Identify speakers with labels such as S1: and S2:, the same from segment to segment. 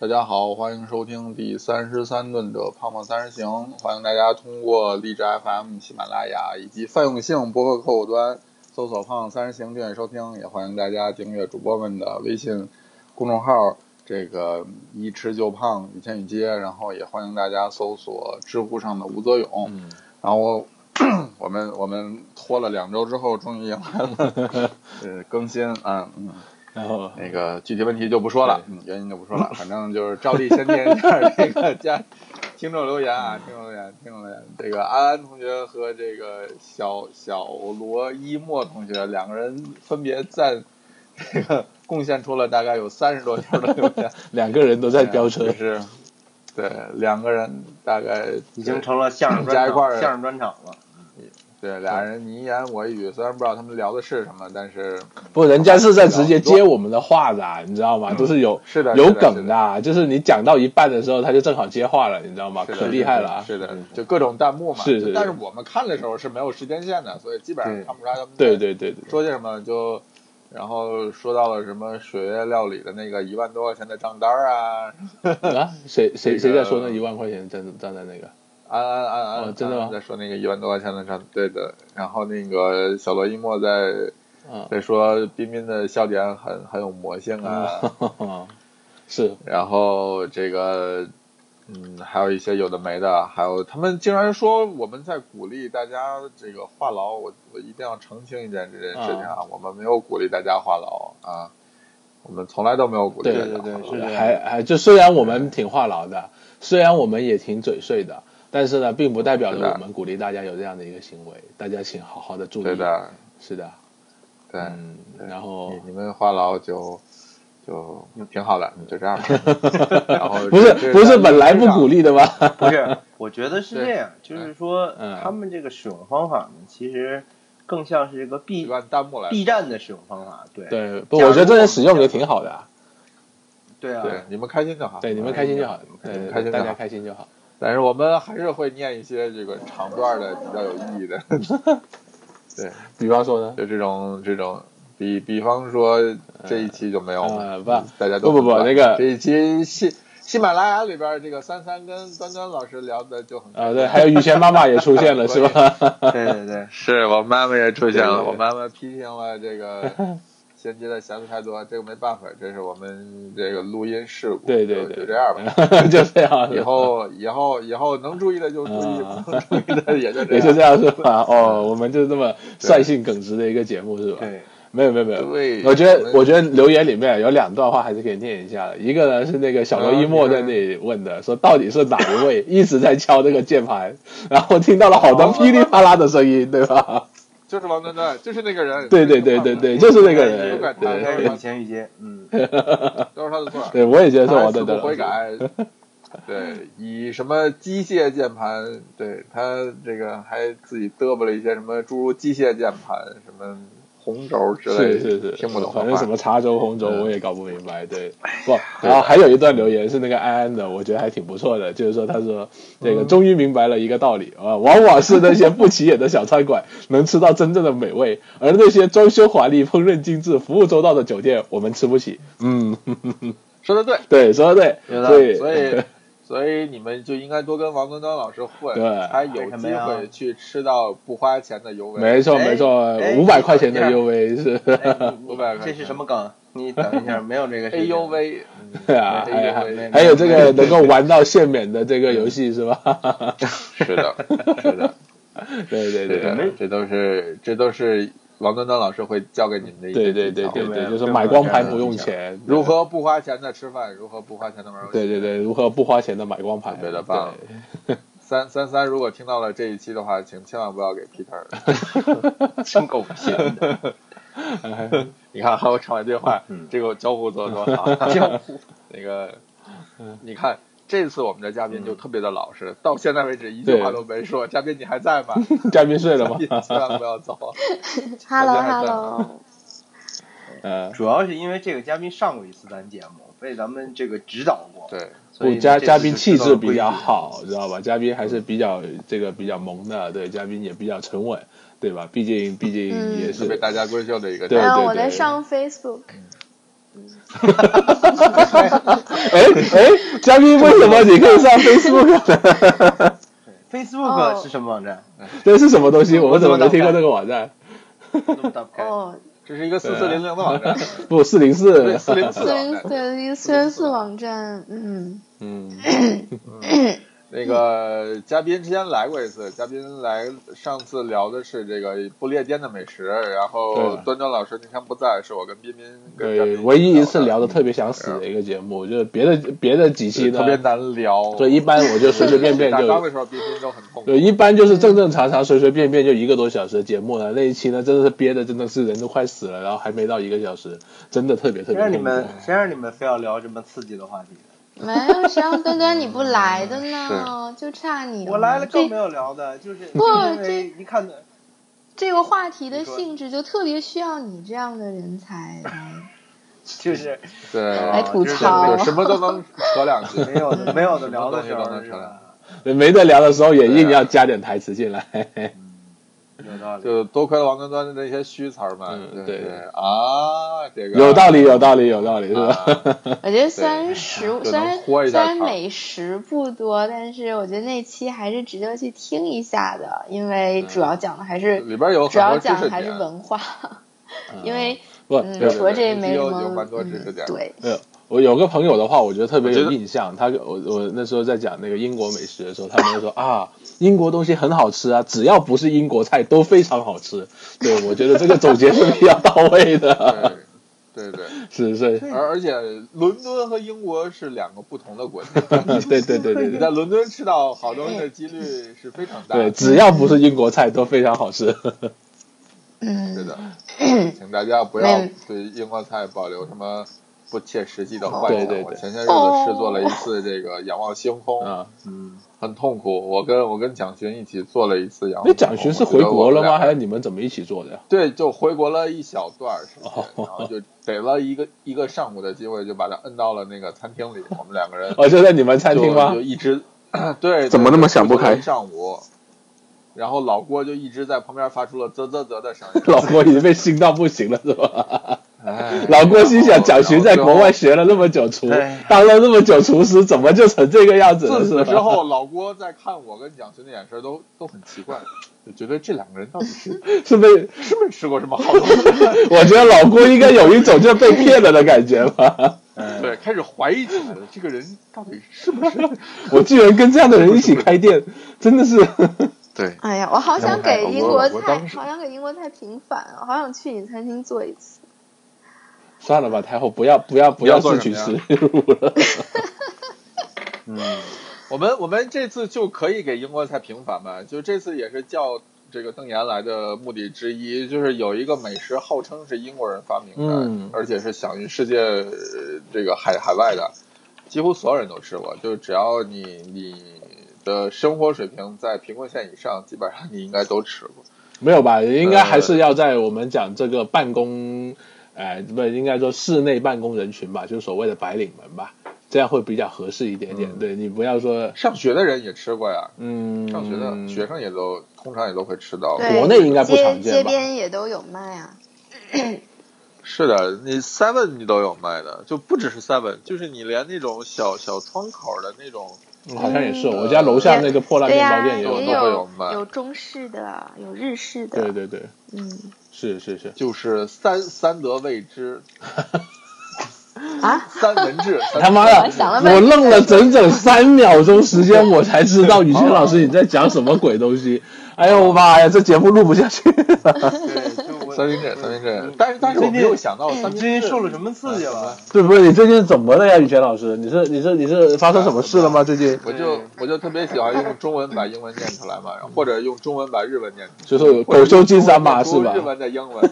S1: 大家好，欢迎收听第三十三顿的胖胖三人行。欢迎大家通过荔枝 FM、喜马拉雅以及泛用性播客客户端搜索“胖胖三人行”订阅收听，也欢迎大家订阅主播们的微信公众号“这个一吃就胖雨天雨街”，然后也欢迎大家搜索知乎上的吴泽勇。
S2: 嗯，
S1: 然后 我们我们拖了两周之后，终于迎来了呃更新啊，嗯，
S2: 然后
S1: 那个具体问题就不说了，嗯，原因就不说了，反正就是照例先念一下这个家听众留言啊，听众留言，听众留言，这个安安同学和这个小小罗一墨同学两个人分别在这个贡献出了大概有三十多条的留言，
S2: 两个人都 在飙车
S1: 就，是对两个人大概
S3: 已经成了相声
S1: 加一
S3: 专
S1: 块儿
S3: 场，相声专场了。
S1: 对，俩人你一言我一语，虽然不知道他们聊的是什么，但是
S2: 不，人家是在直接接我们的话的啊，你知道吗？都是有
S1: 嗯是的，
S2: 有
S1: 是的
S2: 梗的，啊，就是你讲到一半的时候，他就正好接话了，你知道吗？
S1: 是的
S2: 可厉害了啊！
S1: 是的，是的就各种弹幕嘛。
S2: 是是是
S1: 但是我们看的时候是没有时间线的，所以基本上看不出来他们
S2: 对对对对，
S1: 说些什么就。然后说到了什么水月料理的那个一万多块钱的账单啊，
S2: 对啊，谁谁
S1: 这
S2: 谁
S1: 个
S2: 在说那一万块钱站站在那个？
S1: 安安安安，
S2: 哦真的吗
S1: 安在说那个一万多块钱的账，对的。然后那个小罗一墨在
S2: 嗯
S1: 在说彬彬的笑点很很有魔性啊，
S2: 啊， 是
S1: 然后这个，嗯，还有一些有的没的，还有他们竟然说我们在鼓励大家这个话痨，我我一定要澄清一件这件事情啊，
S2: 嗯
S1: 我们没有鼓励大家话痨啊，我们从来都没有鼓励大
S2: 对
S1: 家话痨。
S3: 对是这样
S2: 还还就虽然我们挺话痨
S1: 啊
S2: 的，虽然我们也挺嘴碎的，但是呢，并不代表
S1: 是的
S2: 着我们鼓励大家有这样的一个行为，大家请好好的注意。
S1: 对的，
S2: 是的，
S1: 对，
S2: 嗯，然后
S1: 你你们话痨就就挺好的，就这 样吧。然后
S2: 不是不是本来不鼓
S1: 励，
S2: 励的吗？
S3: 不是，我觉得是
S1: 对
S3: 这样，就是说
S2: 嗯
S3: 他们这个使用方法呢，其实更像是一个 B
S1: 按弹幕来
S3: B 站的使用方法。对
S2: 对，不，我觉得这些使用也挺好的啊。
S3: 对啊，
S1: 对，你们开心就好。
S2: 对，你们开心就好，对
S1: 你们
S2: 对，
S1: 开心
S2: 对
S1: 就好
S2: 大家开心就好。
S1: 但是我们还是会念一些这个长段的比较有意义的，对，
S2: 比方说呢？
S1: 就这种这种，比比方说这一期就没有了，
S2: 呃，不，
S1: 大家都
S2: 嗯不不不
S1: 很短
S2: 那个
S1: 这一期喜喜马拉雅里边这个三三跟端端老师聊的就很
S2: 呃，对，还有于谦妈妈也出现 了，是吧？
S3: 对对对，
S1: 是我妈妈也出现
S2: 对
S1: 了，
S2: 对
S1: 我妈妈批评了这 个衔接的瑕疵太多，这个没办法，这是我们这个录音事故，
S2: 对对
S1: 就
S2: 对，
S1: 就这样吧。
S2: 吧， 就这样，
S1: 以后以后以后能注意的就注意，
S2: 嗯
S1: 不能注意 的也就这
S2: 也
S1: 样
S2: 就。这样是吧？哦，我们就这么率性耿直的一个节目是吧？
S3: 对，
S2: 没有没有没有。
S1: 对，
S2: 我觉得，
S1: 我
S2: 我觉得留言里面有两段话还是可以念一下的。一个呢是那个小罗一墨在那里问的，说到底是哪一位一直在敲这个键盘，然后听到了好多噼里啪啦的声音，对 吧？
S1: 就是王端端，就是那个人，
S2: 对对对对对，就是那个人
S1: 不管，他
S2: 对
S3: 还有以前雨杰， 嗯，
S1: 都是他的错，
S2: 对，我也觉得
S1: 他
S2: 是王
S1: 死不
S2: 端端。
S1: 悔改。 对，以什么机械键盘？对他这个还自己嘚啵了一些什么诸如机械键盘、什么红轴之类
S2: 是
S1: 的，
S2: 是是，
S1: 听不懂的话。
S2: 反正什么茶粥、红粥
S1: 嗯
S2: 我也搞不明白。对，不，然后还有一段留言是那个安安的，我觉得还挺不错的，就是说他说这个终于明白了一个道理啊，往往是那些不起眼的小餐馆能吃到真正的美味，而那些装修华丽、烹饪精致、服务周到的酒店我们吃不起。嗯，
S1: 说的对，
S2: 对，说的
S3: 有道
S2: 对，
S3: 理
S1: 所 以。所以你们就应该多跟王端端老师混，
S2: 对
S1: 才有机会去吃到不花钱的尤为。
S2: 没错
S3: 哎
S2: 没错
S3: 哎，
S2: 五百块钱
S3: 等
S2: 的
S3: 一下
S2: UV 是，
S3: 哎
S1: 五百块钱
S3: 这是什么梗？啊你等一下，没有这个事
S1: 哎
S3: 情
S1: 呦，喂，
S2: 对 啊，
S1: 哎
S2: 哎
S1: 呦
S2: 呀
S1: 喂
S2: 还有这个能够玩到限免的这个游戏是吧？
S1: 是 的，是的。
S2: 对对对
S1: 对。的，这都是这都是王端端老师会教给你们的一些
S2: 对对对
S1: 技巧
S2: 对
S3: 对
S2: 对，
S3: 吧
S2: 就是买光盘不用钱，
S1: 如何不花钱的吃饭，如何不花钱的玩游戏。
S2: 对对对，如何不花钱的买光盘，
S1: 对的棒
S2: 对
S1: 三三三，如果听到了这一期的话，请千万不要给 Peter。
S3: 真狗屁！
S1: 你看，还有唱完这话，
S3: 嗯
S1: 这个交互做得多好。交互 那个，你看。这次我们的嘉宾就特别的老
S2: 嗯
S1: 实，到现在为止一句话都没说。嘉宾你还 在吗？
S2: 嘉宾睡了
S1: 嘉
S2: 吗？
S1: 宾 千万不要走。
S4: Hello Hello，
S2: 嗯，
S3: 主要是因为这个嘉宾上过一次咱节目，被咱们这个指导过，
S1: 对，
S3: 所
S2: 不，
S3: 以
S2: 嘉
S3: 这次
S2: 嘉宾
S3: 就
S2: 气
S3: 知道
S2: 质
S3: 了
S2: 比较
S3: 规矩。
S2: 好，知道吧？嘉宾还是比较这个比较萌的，对，嘉宾也比较沉稳，对吧？毕竟毕竟
S4: 嗯
S2: 也
S1: 是被
S2: 是
S1: 大家闺秀的一个
S2: 对
S4: 然
S1: 嘉
S4: 后
S1: 宾
S4: 哎我在
S2: 对
S4: 上 Facebook，
S2: 哎哎，嘉宾为什么你可以上 Facebook 呢？
S3: Facebook 是什么网站？
S2: 这是什么东西？我
S3: 我
S2: 们怎么
S3: 怎么
S2: 没听过这个网站？
S3: 那么打不开，
S4: 哦，
S1: 这是一个四四零零的网站，
S2: 不，四零四
S1: 对，。 四零四
S4: 四
S1: 的
S4: 零
S1: 网站。
S4: 四零四零四网站，嗯，
S2: 嗯，
S1: 那个嘉宾之前来过一次，嘉宾来上次聊的是这个不列颠的美食，然后
S2: 对
S1: 端端老师那天不在，是我跟彬彬跟嘉
S2: 对，
S1: 宾呃
S2: 唯一一次聊
S1: 的
S2: 的特别想死的一个节目，就是别的别的几期
S1: 对
S2: 呢，
S1: 特别难聊，
S2: 对，一般我就随随便便
S1: 打纲
S2: 就
S1: 的时候彬彬都很痛苦
S2: 对，，一般就是正正常常、随随便便就一个多小时的节目了。那一期呢，真的是憋的，真的是人都快死了，然后还没到一个小时，真的特别特
S3: 谁
S2: 别
S3: 让你
S2: 痛苦。
S3: 们谁让你们非要聊这么刺激的话题？
S4: 没有，谁让端端你
S1: 嗯
S4: 不来的呢？就差你
S3: 我来了更
S4: 这
S3: 没有聊的，就是
S4: 不
S3: 因
S4: 这
S3: 为你看的，
S4: 这个话题的
S3: 你说
S4: 性质就特别需要你这样的人才 来。
S3: 就是
S1: 对，啊
S4: 来哎吐
S1: 就是
S4: 槽
S1: 就什么都能扯两 句，
S3: 没有的没有的聊的时
S1: 什么东
S3: 候
S1: 西
S3: 是
S1: 都能
S3: 吧？
S2: 对没得聊的时候也硬
S1: 对
S2: 要加点台词进来。
S3: 有道理。
S1: 就多亏了王端端的那些虚词儿们，
S2: 嗯
S1: 对
S2: 对
S1: 啊，这个
S2: 有道理，有道理，有道理，是吧？
S1: 啊
S4: 我觉得虽然食物
S1: 就
S4: 虽
S1: 能
S4: 然
S1: 豁一
S4: 虽
S1: 下
S4: 然
S1: 场
S4: 美食不多，但是我觉得那期还是值得去听一下的，因为主要讲的还是、
S1: 里边有
S4: 主
S1: 很
S4: 要
S1: 多知
S4: 讲
S1: 识
S4: 的还是
S1: 点，
S4: 文化，因为
S2: 不，
S4: 嗯
S2: 有
S1: 对
S4: 除了这
S1: 对
S4: 没什
S1: 有
S4: 么
S1: 有蛮多知识点
S4: 嗯、对，
S2: 呃，我有个朋友的话，我觉得特别
S1: 我觉
S2: 有
S1: 得
S2: 印象。他我我那时候在讲那个英国美食的时候，他们就说啊，英国东西很好吃啊，只要不是英国菜都非常好吃。对，我觉得这个总结是比较到位的。
S1: 对对对。
S2: 是是，
S1: 而而且伦敦和英国是两个不同的国家，
S2: 对对对对
S1: 你
S2: 对
S1: 在伦敦吃到好东西的几率是非常大
S2: 对，
S1: 的。
S2: 只要不是英国菜都非常好吃。
S1: 是
S4: 嗯，
S1: 的，请大家不要对英国菜保留什么不切实际的幻
S2: 对
S1: 想。
S2: 对对
S1: 我前些日子试做了一次这个仰望星空，
S2: 啊，
S3: 嗯，
S1: 很痛苦。我跟我跟蒋勋一起做了一次仰望星空。
S2: 那哎蒋勋是
S1: 我觉
S2: 回
S1: 得我
S2: 国
S1: 们
S2: 了吗？
S1: 俩
S2: 还是你们怎么一起做的呀？
S1: 对，就回国了一小段儿时间，
S2: 哦
S1: 然后就逮了一个一个上午的机会，就把他摁到了那个餐厅里。我们两个人
S2: 哦，就在你们餐厅
S1: 就
S2: 吗
S1: 就？一 直对，
S5: 怎么那么想不开
S1: 一上午，然后老郭就一直在旁边发出了啧啧啧的声音。
S2: 老郭已经被熏到不行了，是 吧？
S1: 哎
S2: 老郭心
S1: 然
S2: 想，
S1: 后
S2: 蒋勋在国外学了那么久厨，当了那么久厨师，怎么就成这个样子
S1: 然后
S2: 了？
S1: 自
S2: 是
S1: 此之
S2: 吧？
S1: 后，老郭在看我跟蒋勋的眼神都都很奇怪，就觉得这两个人到底是
S2: 是被
S1: 是没吃过什么好东 西？
S2: 我觉得老郭应该有一种就是被骗了的感觉 吧。
S3: 哎
S1: 对，开始怀疑起来了，这个人到底是不是？
S2: 我居然跟这样的人一起开店，真的是
S1: 对，
S4: 哎呀，我好想给
S1: 我
S4: 英国
S1: 我
S4: 菜
S1: 当，时
S4: 好想给英国菜平反啊，好想去你餐厅做一次。
S2: 算了吧，太后不要不要不
S1: 要做
S2: 自
S1: 什
S2: 取
S1: 么呀
S2: 其辱了。
S3: 嗯
S1: 我们我们这次就可以给英国菜平反吧，就这次也是叫。这个邓岩来的目的之一，就是有一个美食号称是英国人发明的，
S2: 嗯
S1: 而且是享誉世界呃这个海海外的，几乎所有人都吃过。就只要你你的生活水平在贫困线以上，基本上你应该都吃过。
S2: 没有吧？应该还是要在我们讲这个办公，呃，不，应该说室内办公人群吧，就是所谓的白领们吧，这样会比较合适一点点。对你不要说，
S1: 上学的人也吃过呀，
S2: 嗯，
S1: 上学的、学生也都通常也都会吃到。
S4: 对，
S2: 国内应该不
S4: 街
S2: 常见
S4: 街
S2: 吧
S4: 边也都有卖啊。
S1: 是的，你 Seven 你都有卖的，就不只是 Seven，就是你连那种小小窗口的那种
S2: 嗯好像也是，我家楼下那个破烂
S4: 对
S2: 面
S4: 呀、
S2: 包店也
S1: 有
S2: 有
S4: 也
S1: 都会有
S4: 有
S1: 卖
S4: 有中式的，有日式的。
S2: 对对对，
S4: 嗯
S2: 是是是。
S1: 就是三三得未知，
S4: 啊，
S1: 三文治。三
S2: 他妈
S4: 我想了
S2: 的，
S4: 半
S2: 我愣了整整三秒钟时间，我才知道雨轩老师你在讲什么鬼东 西。哎呦我妈呀，这节目录不下去了，
S3: 对，就我
S1: 三明治，三明治，但是但是我没有想到三
S3: 你
S1: 明
S3: 最
S1: 治
S3: 近受了什么刺激了？
S2: 对不对？你最近怎么了呀，雨轩老师？你是你是你是发生什么事了吗？最近
S1: 我就我就特别喜欢用中文把英文念出来嘛，或者用中文把日文念出来，
S2: 就是
S1: 或者
S2: 狗修金山
S1: 把
S2: 嘛，是吧
S1: 日？文的英 文，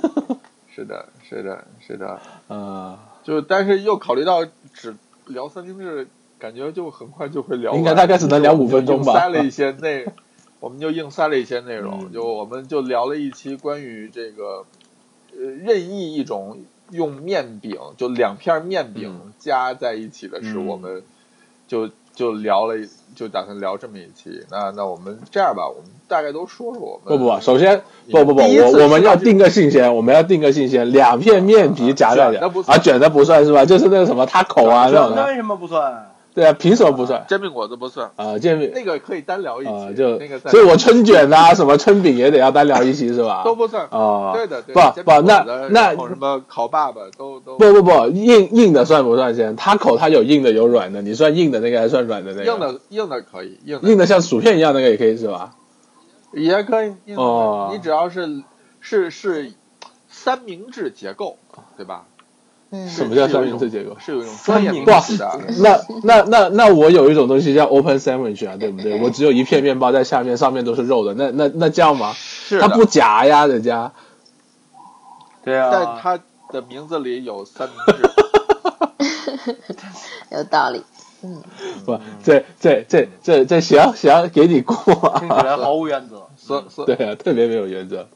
S1: 是的，是的，是的，
S2: 嗯，
S1: 就但是又考虑到只聊三明治，感觉就很快就会聊完，
S2: 应该大概只能聊五分钟吧
S1: 就硬塞了一些内， 我们就硬塞了一些内容，
S2: 嗯
S1: 就我们就聊了一期关于这个呃任意一种用面饼，就两片面饼加在一起的是
S2: 嗯
S1: 我们就就聊了一，就打算聊这么一期。那那我们这样吧，我们大概都说说我们
S2: 不不不，首先不不不，
S1: 第一次
S2: 我我们
S1: 吃到
S2: 要
S1: 这
S2: 定个性先，我们要定个性先，两片面皮夹在
S1: 啊那不
S2: 里
S1: 算
S2: 啊，卷的不算是吧？就是那个什么他口啊那
S3: 那
S2: 种
S3: 那
S2: 的，
S3: 为什么不算？
S2: 对啊，凭什么不算
S1: 煎饼果子不算，
S2: 啊？见面
S1: 那个可以单聊一期，
S2: 啊就
S1: 那个，再
S2: 所以我春卷呐、什么春饼也得要单聊一期是吧？
S1: 都不算。
S2: 啊，
S1: 对的，对
S2: 不
S1: 的煎饼
S2: 不那
S1: 果子
S2: 那
S1: 然后什么烤爸爸都都
S2: 不不不，硬硬的算不算先？他口它有硬的有软的，你算硬的那个还算软的那个？
S1: 硬的硬的可以，硬的
S2: 硬的像薯片一样那个也可以是吧？
S1: 也可以，硬的可以
S2: 哦
S1: 你只要是是是三明治结构，对吧？
S4: 嗯，
S2: 什么叫三明治结构
S1: 是有一种专业名
S2: 哇
S1: 词的，
S2: 那那那那我有一种东西叫 open sandwich 啊，对不对？我只有一片面包在下面，上面都是肉的，那那那这样吗？
S1: 是
S2: 它
S1: 的
S2: 不夹呀，人家
S3: 对啊，
S1: 但它的名字里有三明 治，
S4: 有道理。
S1: 嗯
S2: 不，这这这这这行行，给你过
S3: 听
S2: 啊，
S3: 起来毫无 原则。
S1: 所所
S2: 对啊，特别没有原则。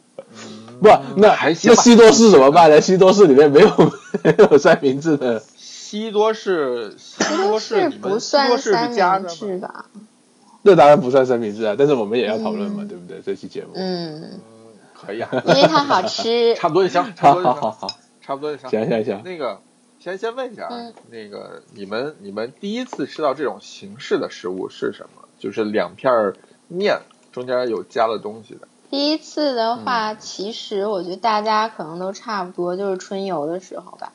S2: 不，那
S1: 嗯还行
S2: 那
S1: 吧
S2: 西多士怎么办呢？西多士里面没有 没有三明治的，
S1: 西多士西
S4: 这
S1: 多
S4: 都
S1: 士
S4: 哦是
S1: 你们
S4: 不
S1: 西多
S4: 算
S1: 士
S4: 三
S1: 是加的
S4: 明
S1: 吗？
S4: 治吧？
S2: 那当然不算三明治啊。但是我们也要讨论嘛，
S4: 嗯
S2: 对不对？这期节目，
S4: 嗯，
S1: 嗯，可以啊，
S4: 因为它好 吃。
S1: 差不多就行，差
S2: 好
S1: 不多
S2: 好
S1: 就
S2: 好
S1: 行，
S2: 好，
S1: 差不多就行。
S2: 行行行，
S1: 那个，先先问一下啊，
S4: 嗯
S1: 那个你们你们第一次吃到这种形式的食物是什么？就是两片儿面中间有加了东西的。，
S4: 第一次的话，其实我觉得大家可能都差不多，就是春游的时候吧。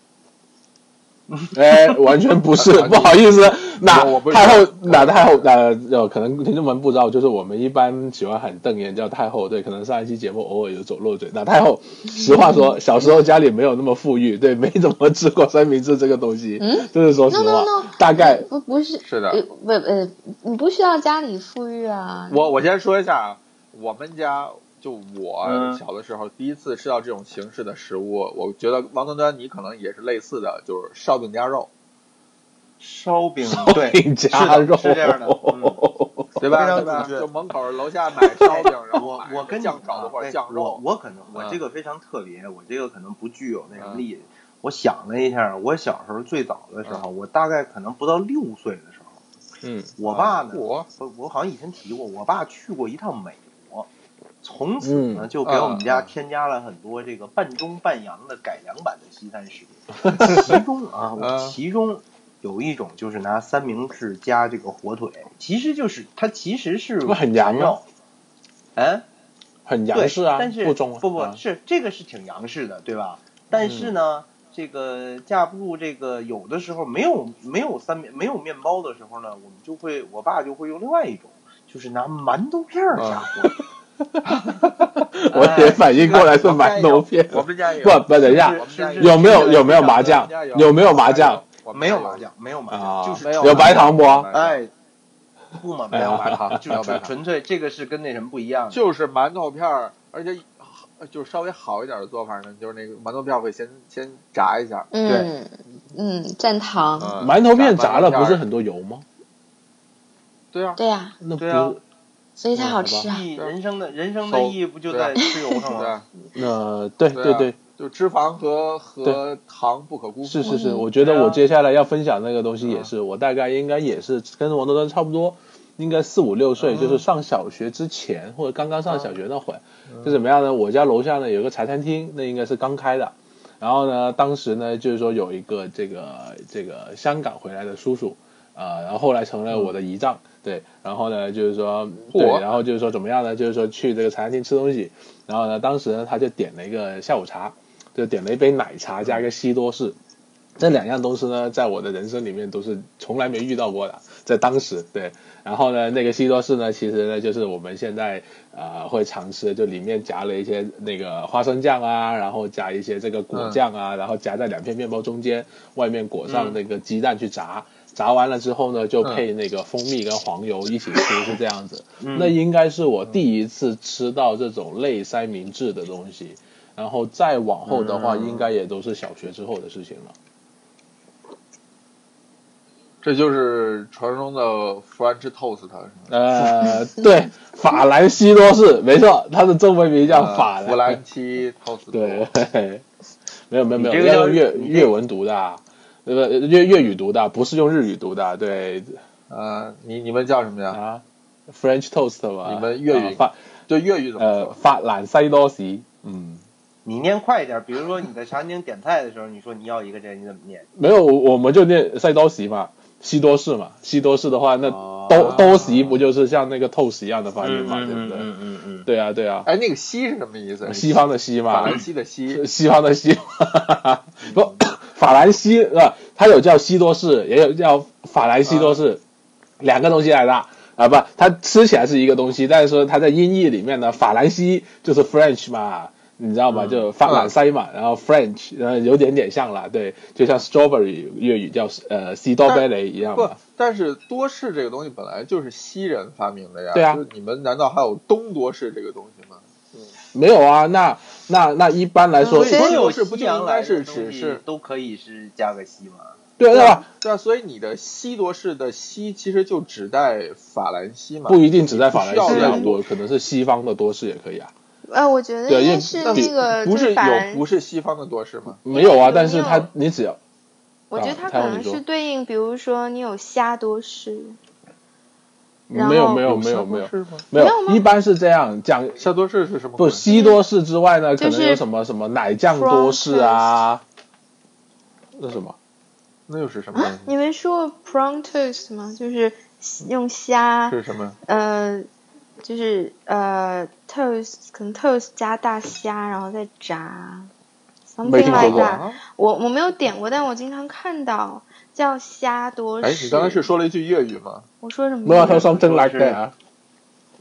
S2: 哎，完全不是
S1: 啊
S2: 不好意思，哪
S1: 我我不是
S2: 太后哪太后哪呃，可能听众们不知道，就是我们一般喜欢喊瞪眼叫太后，对，可能上一期节目偶尔有走漏嘴。哪太后，实话说，小时候家里没有那么富裕，对，没怎么吃过三明治这个东西，
S4: 嗯
S2: 这是说实
S4: No
S2: 话
S4: No No，
S2: 大概
S4: 不不是，
S1: 是的
S4: 呃不呃，你不需要家里富裕啊。
S1: 我我先说一下啊，我们家就我
S3: 嗯
S1: 小的时候第一次吃到这种形式的食物，我觉得王端端你可能也是类似的，就是烧饼夹肉，
S3: 烧饼，对，
S2: 饼夹肉
S3: 是的是这样的嗯
S1: 对吧？
S3: 非常
S1: 对吧？
S3: 准确
S1: 就门口楼下买烧饼， 然后
S3: 我
S1: 买
S3: 我跟你
S1: 酱
S3: 讲
S1: 肘
S3: 啊
S1: 或者
S3: 哎
S1: 酱
S3: 我
S1: 肉，
S3: 我可能我
S1: 嗯
S3: 这个非常特别，我这个可能不具有那什么
S1: 嗯
S3: 力。我想了一下，我小时候最早的时候，我大概可能不到六岁的时候，
S2: 嗯，
S3: 我爸呢，
S1: 我
S3: 我我好像以前提过，我爸去过一趟美国，从此呢
S2: 嗯
S3: 就给我们
S1: 啊
S3: 家
S1: 啊
S3: 添加了很多这个半中半洋的改良版的西餐食品，其中啊，
S1: 啊
S3: 我其中有一种就是拿三明治加这个火腿，其实就是它其实是
S2: 那很洋啊
S3: 肉，嗯，
S2: 很
S3: 对
S2: 洋式啊
S3: 但，是
S2: 不中啊
S3: 不不、
S2: 啊
S3: 是这个是挺洋式的，对吧？但是呢，这个架不住这个有的时候没有没有三明没有面包的时候呢，我们就会我爸就会用另外一种，就是拿馒头片儿夹火腿。
S2: 我也反应过来是馒头片，
S1: 我们家也有
S2: 不不等一下
S3: 是是是
S2: 有没有
S3: 是
S2: 有没有麻酱
S1: 我们家？
S2: 有没有麻酱？？
S1: 我们
S3: 没
S1: 家
S3: 有麻。酱，没有麻
S2: 啊
S3: 酱，就是
S1: 没有
S2: 有白糖不啊？
S3: 哎，不嘛，没有麻
S1: 哎
S3: 酱，就
S1: 没有麻
S3: 是
S1: 酱
S3: 纯粹这个是跟那什么不一样的。
S1: 就是馒头片儿，而且就是稍微好一点的做法呢，就是那个馒头片儿会先先炸一下，
S4: 嗯嗯，蘸糖。
S1: 嗯
S2: 馒头片炸了
S1: 馒头片儿
S2: 不是很多油吗？
S1: 对啊，
S4: 对呀，
S2: 那不
S3: 对啊
S4: 所以它好吃啊。
S3: 意义人生的人生的意义不就
S1: 对啊
S3: 在吃油上
S1: 对
S3: 吗？
S1: 啊，
S2: 那对
S1: 对啊
S2: 对对，
S1: 就脂肪和和糖不可辜负。
S2: 是是是，
S4: 嗯
S2: 我觉
S3: 对
S2: 得
S3: 啊
S2: 我接下来要分享那个东西也是，我大概应该也是跟王德端差不多，应该四五六岁，
S1: 嗯
S2: 就是上小学之前或者刚刚上小学那会儿，
S3: 嗯
S2: 是怎么样呢？我家楼下呢有个茶餐厅，那应该是刚开的。然后呢，当时呢就是说有一个这个这个香港回来的叔叔，啊、然后后来成了我的
S3: 嗯
S2: 姨丈，对，然后呢就是说对，
S1: 嚯
S2: 然后就是说怎么样呢？就是说去这个茶餐厅吃东西，然后呢当时呢他就点了一个下午茶，就点了一杯奶茶加一个西多士。这两样东西呢，在我的人生里面都是从来没遇到过的，在当时对。然后呢，那个西多士呢，其实呢就是我们现在呃会常吃的，就里面夹了一些那个花生酱啊，然后加一些这个果酱啊，然后夹在两片面包中间，外面裹上那个鸡蛋去炸。炸完了之后呢，就配那个蜂蜜跟黄油一起吃，是这样子。
S3: 嗯
S2: 那应该是我第一次吃到这种类三明治的东西，然后再往后的话，
S1: 嗯
S2: 应该也都是小学之后的事情了。
S1: 这就是传说中的 French toast，是吗
S2: 呃，对，法兰西多士，没错，它的中文名叫法
S1: 呃弗
S2: 兰。
S1: 兰西 toast。
S2: 对，，没有没有没
S3: 你这
S2: 有，
S3: 个叫
S2: 要用粤
S3: 你这
S2: 粤文读的啊，呃不粤粤语读的啊，不是用日语读的啊，对，
S1: 呃，你你们叫什么呀？
S2: 啊，French toast 吧，
S1: 你们粤语
S2: 啊法
S1: 对粤语怎么
S2: 呃
S1: 说？
S2: 法兰西多士，嗯，
S3: 你念快一点，比如说你在餐厅点菜的时候，你说你要一个这，你怎么念？
S2: 没有，我我们就念西多士嘛，西多士嘛，西多士的话，那
S1: 哦
S2: 多多士不就是像那个 toast 一样的发音嘛，对不对？
S3: 嗯嗯嗯。
S2: 对啊，对啊，
S1: 哎，那个西是什么意思？
S2: 西方的西
S1: 法
S2: 嘛，
S1: 兰西的西
S2: 是西方的西， 不， 法兰西是吧？它有叫西多士，也有叫法兰西多士，
S4: 啊
S2: 两个东西来的啊，不，它吃起来是一个东西，但是说它在音译里面呢，法兰西就是 French 嘛。你知道
S4: 嗯
S2: 吧？就法兰西
S4: 啊
S2: 嘛，然后 French，然后有点点像了，对，就像 strawberry 粤语叫呃西多
S4: 啊
S2: 贝雷一样
S1: 不
S2: 嘛。，
S1: 但是多士这个东西本来就是西人发明的呀。
S2: 对啊
S1: 就是你们难道还有东多士这个东西吗？
S2: 没有啊，那那那一般来说
S4: 嗯，所以
S1: 有
S3: 有
S1: 是不
S3: 西
S1: 就
S3: 洋
S1: 应该
S3: 来
S1: 是
S3: 的
S1: 只
S3: 东
S1: 是
S3: 西都可以是加个西 吗？
S2: 对对吧？
S1: 对啊，所以你的西多士的西其实就指代法兰西嘛。
S2: 不一定只在法兰
S1: 不
S2: 西
S1: 需
S4: 要
S2: 啊，我可能是西方的多士也可以啊。
S4: 呃，我觉得
S2: 对
S4: 应
S2: 因为
S4: 该是
S2: 比
S4: 那个
S1: 不
S4: 呃就是是法
S1: 有
S4: 兰
S1: 不是西方的多士吗？
S2: 没有啊，
S4: 有
S2: 但是
S4: 没
S2: 它
S4: 有
S2: 你只要
S4: 我觉得
S2: 啊
S4: 它
S2: 太
S4: 可
S2: 后
S4: 能
S2: 你说
S4: 是对应，比如说你有虾多士，然
S2: 没有
S4: 后
S2: 没有没有没有
S1: 是吗？
S2: 没
S4: 没有吗
S2: 有，一般是这样讲，
S1: 夏多士是什么鬼？
S2: 不西多士之外呢，可
S4: 就
S2: 能
S4: 是
S2: 有什么什么奶酱多士啊，那什么
S1: 那又是什么东西？
S4: 你们说过 prawn toast 吗？就是用虾，
S1: 是什么？
S4: 呃，就是呃 toast，可能 toast 加大虾，然后再炸
S2: 没
S4: ，something
S2: 听说
S4: like
S2: 过
S4: that。
S1: 啊？
S4: 我我没有点过，但我经常看到叫虾多士。
S1: 哎，你刚才是说了一句粤语吗？
S4: 我说什么？
S2: 没有他说真来配啊，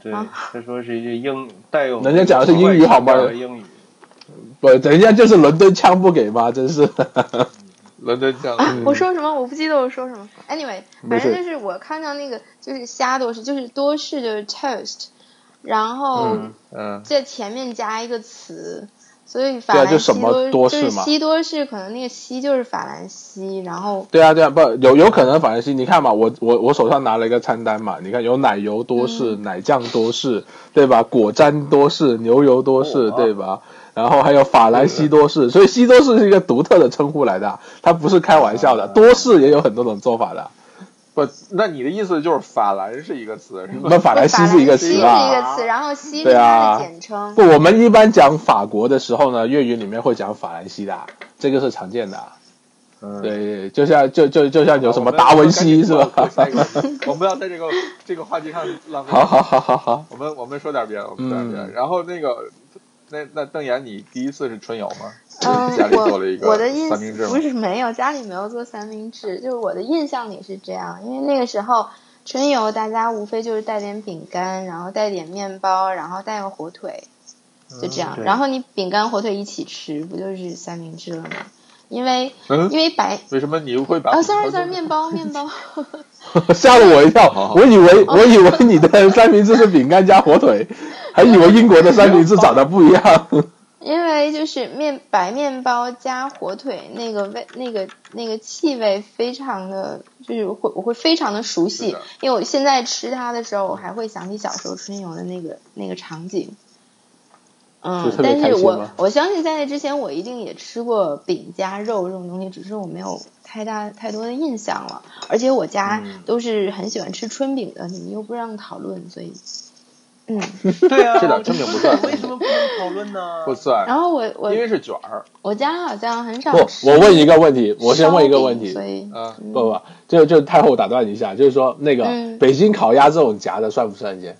S3: 对，
S4: 啊
S3: 他说是一句英带有
S2: 人家讲的是英语好吗
S3: 外语调的英语，
S4: 嗯
S2: 不，人家就是伦敦腔不给吗？真是
S1: 伦敦酱
S4: 啊，
S2: 嗯
S4: 我说什么？我不记得我说什么。Anyway，
S2: 没
S4: 反
S2: 事
S4: 正就是我看到那个就是虾多士，就是多士就是 toast，然后
S3: 嗯
S1: 嗯，
S4: 在前面加一个词，所以
S2: 对
S4: 法
S2: 啊
S4: 兰
S2: 就什
S4: 西
S2: 么
S4: 多
S2: 多士
S4: 是
S2: 嘛
S4: 西多士，可能那个西就是法兰西，然后
S2: 对啊对啊，不有有可能法兰西，你看嘛，我我我手上拿了一个餐单嘛，你看有奶油多
S4: 嗯
S2: 士、奶酱多士，对吧？果粘多士、牛油多士，
S3: 哦
S2: 对
S4: 啊
S2: 吧？然后还有法兰西多士，所以西多士是一个独特的称呼来的，啊它不是开玩笑的。
S3: 啊
S2: 多士也有很多种做法的，啊
S1: 不，那你的意思就是法兰是一个词是吧？
S2: 那法兰西是一个词
S4: 西
S2: 啊
S4: 是一。个词，然后西
S2: 对
S4: 是
S2: 啊
S4: 它的简称
S2: 不，。我们一般讲法国的时候呢，粤语里面会讲法兰西的，啊这个是常见的。啊
S1: 嗯，
S2: 对，就像就就就像有什么
S1: 好
S2: 达文西是吧？？
S1: 哦我们赶紧跳过下一个我们不要在这个这个话题上浪费。
S2: 好好好好好，
S1: 我们我们说点别的，我们
S2: 嗯
S1: 说点别的。然后那个，那那邓岩，你第一次是春游吗？
S4: 嗯
S1: 家，里做
S4: 我
S1: 了一
S4: 我
S1: 个
S4: 的印
S1: 三明治吗
S4: 不？是没有，家里没有做三明治，就是我的印象里是这样，因为那个时候春游大家无非就是带点饼干，然后带点面包，然后带个火腿，就这样。
S3: 对
S4: 然后你饼干火腿一起吃，不就是三明治了吗？因为、
S1: 嗯
S4: 因为白
S1: 为什么你会把？
S4: 啊、s o r r y sorry，面 包面包，
S2: 吓了我一
S1: 哦
S2: 跳，我以为我以为你的三明治是饼干加火腿，还以为英国的三明治长得不一样。
S4: 因为就是面白面包加火腿那个味，那个那个气味非常的，就是会我会非常的熟
S1: 是
S4: 悉
S1: 的，
S4: 因为我现在吃它的时候，我还会想起小时候春游的那个那个场景。
S2: 就
S4: 嗯
S2: 特，别
S4: 但
S2: 开
S4: 是
S2: 心
S4: 我
S2: 吗
S4: 我相信在那之前，我一定也吃过饼加肉这种东西，只是我没有太大太多的印象了。而且我家
S3: 嗯
S4: 都是很喜欢吃春饼的，你们又不让讨论，所以，嗯。
S3: 对啊，
S1: 这点
S3: 我
S1: 真
S3: 就
S1: 名不
S3: 问
S1: 算
S3: 你为什么不能讨论 呢？
S1: 不算，
S4: 然后我我
S1: 因为是卷儿。
S4: 我家好像很
S2: 不
S4: 少吃，
S2: 我问一个问题，我先问一个
S4: 烧饼
S2: 问题
S4: 所，以
S1: 啊，
S2: 不不，就就太后打断你一下，就是说那个、
S4: 嗯
S2: 北京烤鸭这种夹的算不算煎？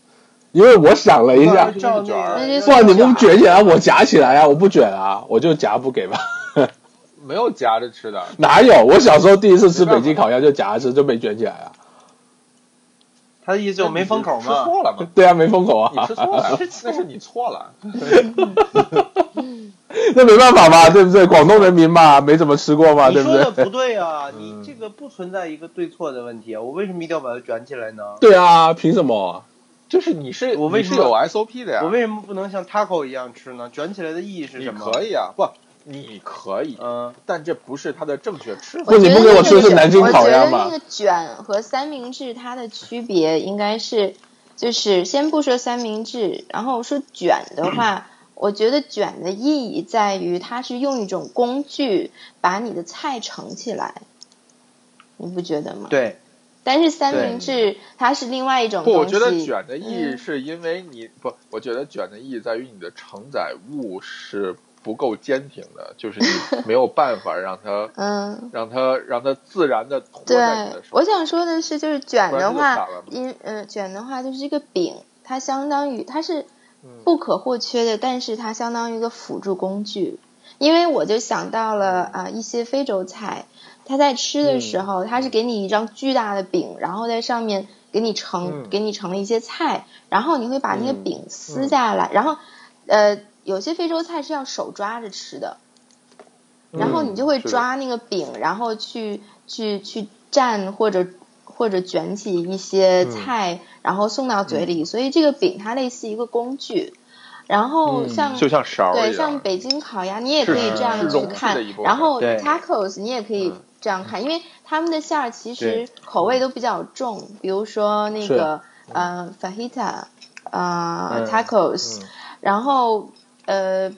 S2: 因为我想了一
S1: 不
S2: 下
S1: 然，
S3: 照
S1: 卷儿
S4: 那就
S2: 不然你们
S4: 卷
S2: 卷起来，我夹起来啊，我不卷啊，我就夹不给吧。
S1: 没有夹着吃的，
S2: 哪有？我小时候第一次吃
S1: 没办法
S2: 北京烤鸭就夹着吃，就没卷起来啊。
S3: 他的意思就没封口
S1: 吃
S3: 嘛。
S1: 错了吗？
S2: 对啊，没封口啊。
S1: 你吃错了，那是你错了。
S2: 嗯
S4: 嗯
S2: 那没办法嘛，对不对？广东人民嘛，没怎么吃过嘛，
S3: 你
S2: 对不
S3: 说的
S2: 对？
S3: 不对啊，你这个不存在一个对错的问题啊，我为什么一定要把它卷起来呢？
S2: 对啊，凭什么？
S1: 就是你是
S3: 我为
S1: 你
S3: 什么
S1: 是有 SOP 的呀？
S3: 我为什么不能像 taco 一样吃呢？卷起来的意义是
S1: 你
S3: 什么？
S1: 可
S3: 以，
S1: 以啊，不，你可以，
S3: 嗯，
S1: 但这不是它的正确吃法。
S2: 不你不给我吃
S4: 我觉
S2: 是
S4: 得
S2: 南
S4: 那
S2: 京
S4: 个
S2: 烤鸭
S4: 我觉
S2: 吗
S4: 得那个卷和三明治它的区别应该是，就是先不说三明治，然后说卷的话，我觉得卷的意义在于它是用一种工具把你的菜盛起来，你不觉得吗？
S3: 对，
S4: 但是三明治它是另外一种
S1: 不，我
S4: 东西。
S1: 觉得卷的意义
S4: 嗯
S1: 是因为你、不，我觉得卷的意义在于你的承载物是不够坚挺的，就是 你没有办法让它
S4: 嗯，
S1: 让它让它自然的拖
S4: 对
S1: 在你的，手，
S4: 我想说的是，就是卷
S1: 不然它
S4: 的
S1: 就散
S4: 话，
S1: 了嘛。
S4: 因呃卷的话就是一个饼，它相当于它是
S1: 嗯
S4: 不可或缺的，但是它相当于一个辅助工具。因为我就想到了
S1: 嗯
S4: 啊、一些非洲菜，它在吃的时候，它
S1: 嗯
S4: 是给你一张巨大的饼，然后在上面给你盛、
S1: 嗯
S4: 给你盛了一些菜，然后你会把那个
S2: 嗯
S4: 饼撕
S1: 嗯
S4: 下来，然后呃有些非洲菜是要手抓着吃的，然后你就会
S1: 嗯是的
S4: 抓那个饼，然后去去去蘸或者或者卷起一些
S1: 嗯
S4: 菜，然后送到嘴里。所以这个饼它类似一个工具。然后
S2: 嗯
S4: 像、
S1: 就像勺儿
S4: 对
S1: 一样，
S4: 像北京烤鸭，你也
S1: 是
S4: 可以
S3: 是
S4: 这样
S3: 是
S4: 去
S1: 融入
S4: 看
S1: 的一部。分
S4: 然后
S3: 对
S4: tacos 你也可以
S1: 嗯
S4: 这样看，因为他们的馅儿其
S3: 对
S4: 实口味都比较重，比如说那
S2: 是
S4: 个呃 fajita，呃
S3: 嗯
S4: tacos，
S1: 嗯
S4: 然后呃，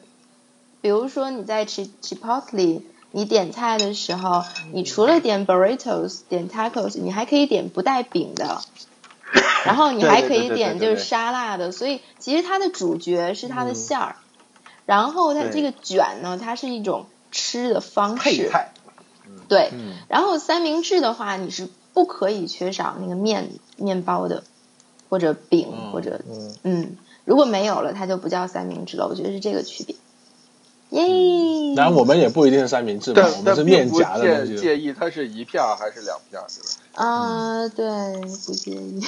S4: 比如说你在 Chi- Chipotle，你点菜的时候，你除了点 burritos、点 tacos，你还可以点不带饼的，然后你
S3: 对
S4: 还
S3: 对
S4: 可
S3: 对
S4: 以
S3: 对
S4: 点
S3: 对
S4: 就是
S3: 对嗯
S4: 沙拉的，所以其实它的主角是它的馅儿，然后它
S3: 对
S4: 这个卷呢，它是一种吃的方
S3: 配
S4: 式，
S3: 菜，
S4: 对，
S2: 嗯
S4: 然后三明治的话，你是不可以缺少那个面面包的，或者饼，
S2: 哦
S4: 或者
S1: 嗯
S4: 嗯，如果没有了，它就不叫三明治了。我觉得是这个区别。耶！
S2: 嗯当然我们也不一定是三明治嘛
S1: 但，
S2: 我们
S1: 但
S2: 是
S1: 并
S2: 面
S1: 不
S2: 夹的东
S1: 介
S2: 西。
S1: 介意它是一片儿还是两片儿，是吧？
S4: 啊，对，不介意，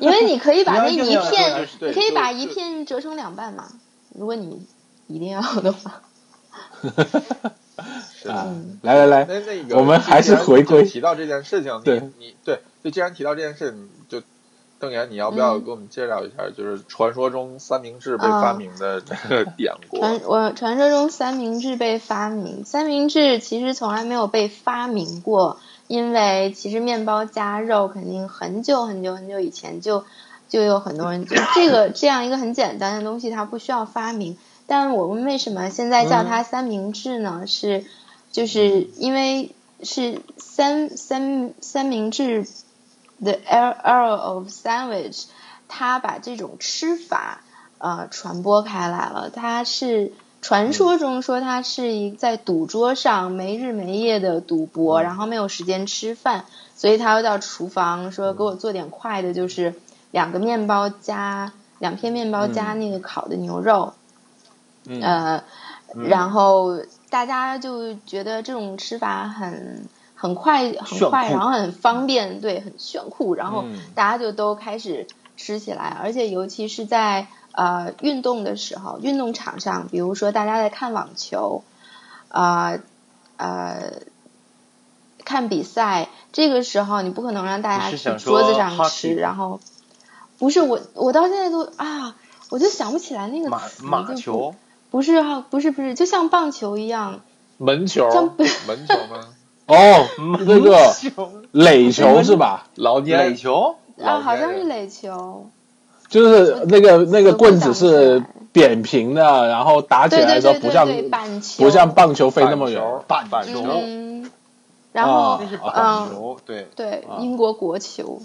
S4: 因为你可以把那
S3: 你要
S4: 一
S3: 硬要说
S4: 片
S3: 还，
S1: 是对
S4: 你可以
S1: 就
S4: 把一
S1: 就
S4: 片折成两半嘛。如果你一定要的话，
S1: 是的。
S2: 啊
S4: 嗯，
S2: 来来来，
S1: 那那个，
S2: 我们还是回
S1: 既然
S2: 归
S1: 就提到这件事情，你
S2: 对
S1: 你对，就既然提到这件事，你就邓岩，你要不要
S4: 嗯啊
S1: 给我们介绍一下，就是传说中三明治被发明的这 个典故？
S4: 传我传说中三明治被发明，三明治其实从来没有被发明过，因为其实面包加肉肯定很久很久很久以前就就有很多人就这个这样一个很简单的东西，它不需要发明。但我们为什么现在叫它三明治呢？是就是因为是三三三明治，the era era of sandwich，它把这种吃法呃传播开来了。它是传说中说它是一在赌桌上没日没夜的赌博，然后没有时间吃饭，所以他又到厨房说给我做点快的，就是两个面包加两片面包加那个烤的牛肉，
S2: 嗯
S4: 呃，然后大家就觉得这种吃法很很快
S3: 炫
S4: 很
S3: 酷
S4: 快，然后很方便，对，很炫酷，然后
S2: 嗯
S4: 大家就都开始吃起来，而且尤其是在呃运动的时候，运动场上，比如说大家在看网球，啊呃看比赛，这个时候你不可能让大家
S3: 你是
S4: 去
S3: 想
S4: 桌子上
S3: 说
S4: 吃，
S3: hockey
S4: 然后不是我，我到现在都啊，我就想不起来那个
S3: 马
S4: 词，
S3: 马
S4: 就不
S3: 球，
S4: 不是哈、不是不是，就像棒球一样，
S1: 门球
S4: 真不，
S1: 门球吗？
S2: 哦，那个
S3: 球，
S1: 嗯
S2: 垒球是吧？
S1: 老
S3: 垒
S1: 年
S3: 球，
S4: 啊，
S1: 老
S4: 好
S1: 年
S4: 像是
S1: 人
S4: 垒球，
S2: 就是那个那个棍子
S4: 我
S2: 是
S4: 不想起来
S2: 扁平的，然后打起
S4: 对
S2: 来
S4: 对
S2: 的时候
S4: 对
S2: 不
S4: 对
S2: 像
S4: 对，板球，
S2: 不像棒球飞那
S1: 板
S2: 么远。
S1: 球，
S3: 板
S1: 板
S3: 球
S1: 球，
S4: 嗯，然后、
S2: 啊
S3: 那是
S4: 嗯
S3: 板球，对，
S4: 对
S2: 啊
S4: 英国国球，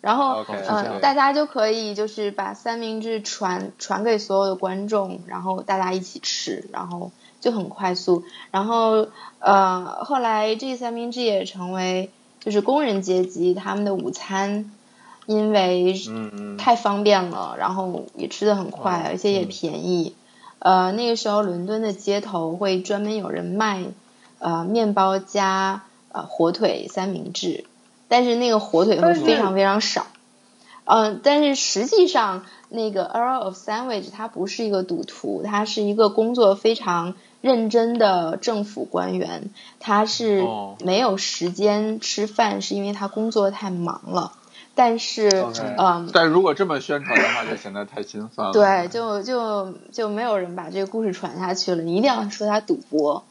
S4: 然后
S1: OK，
S2: 是这样
S4: 呃，
S2: 的
S4: 大家就可以就是把三明治传传给所有的观众，然后大家一起吃，然后就很快速。然后呃，后来这三明治也成为就是工人阶级他们的午餐，因为
S3: 嗯嗯，
S4: 太方便了，然后也吃的很快，而且也便
S3: 嗯
S4: 宜。呃，那个时候伦敦的街头会专门有人卖呃面包加呃火腿三明治，但是那个火腿会
S3: 但是
S4: 非常非常少。嗯，但是实际上，那个 Earl of Sandwich 他不是一个赌徒，他是一个工作非常认真的政府官员，他是
S2: 哦
S4: 没有时间吃饭，是因为他工作太忙了。但是
S3: OK
S4: 嗯，
S1: 但如果这么宣传的话，就显得太心酸了。
S4: 对，就就就没有人把这个故事传下去了。你一定要说他赌博，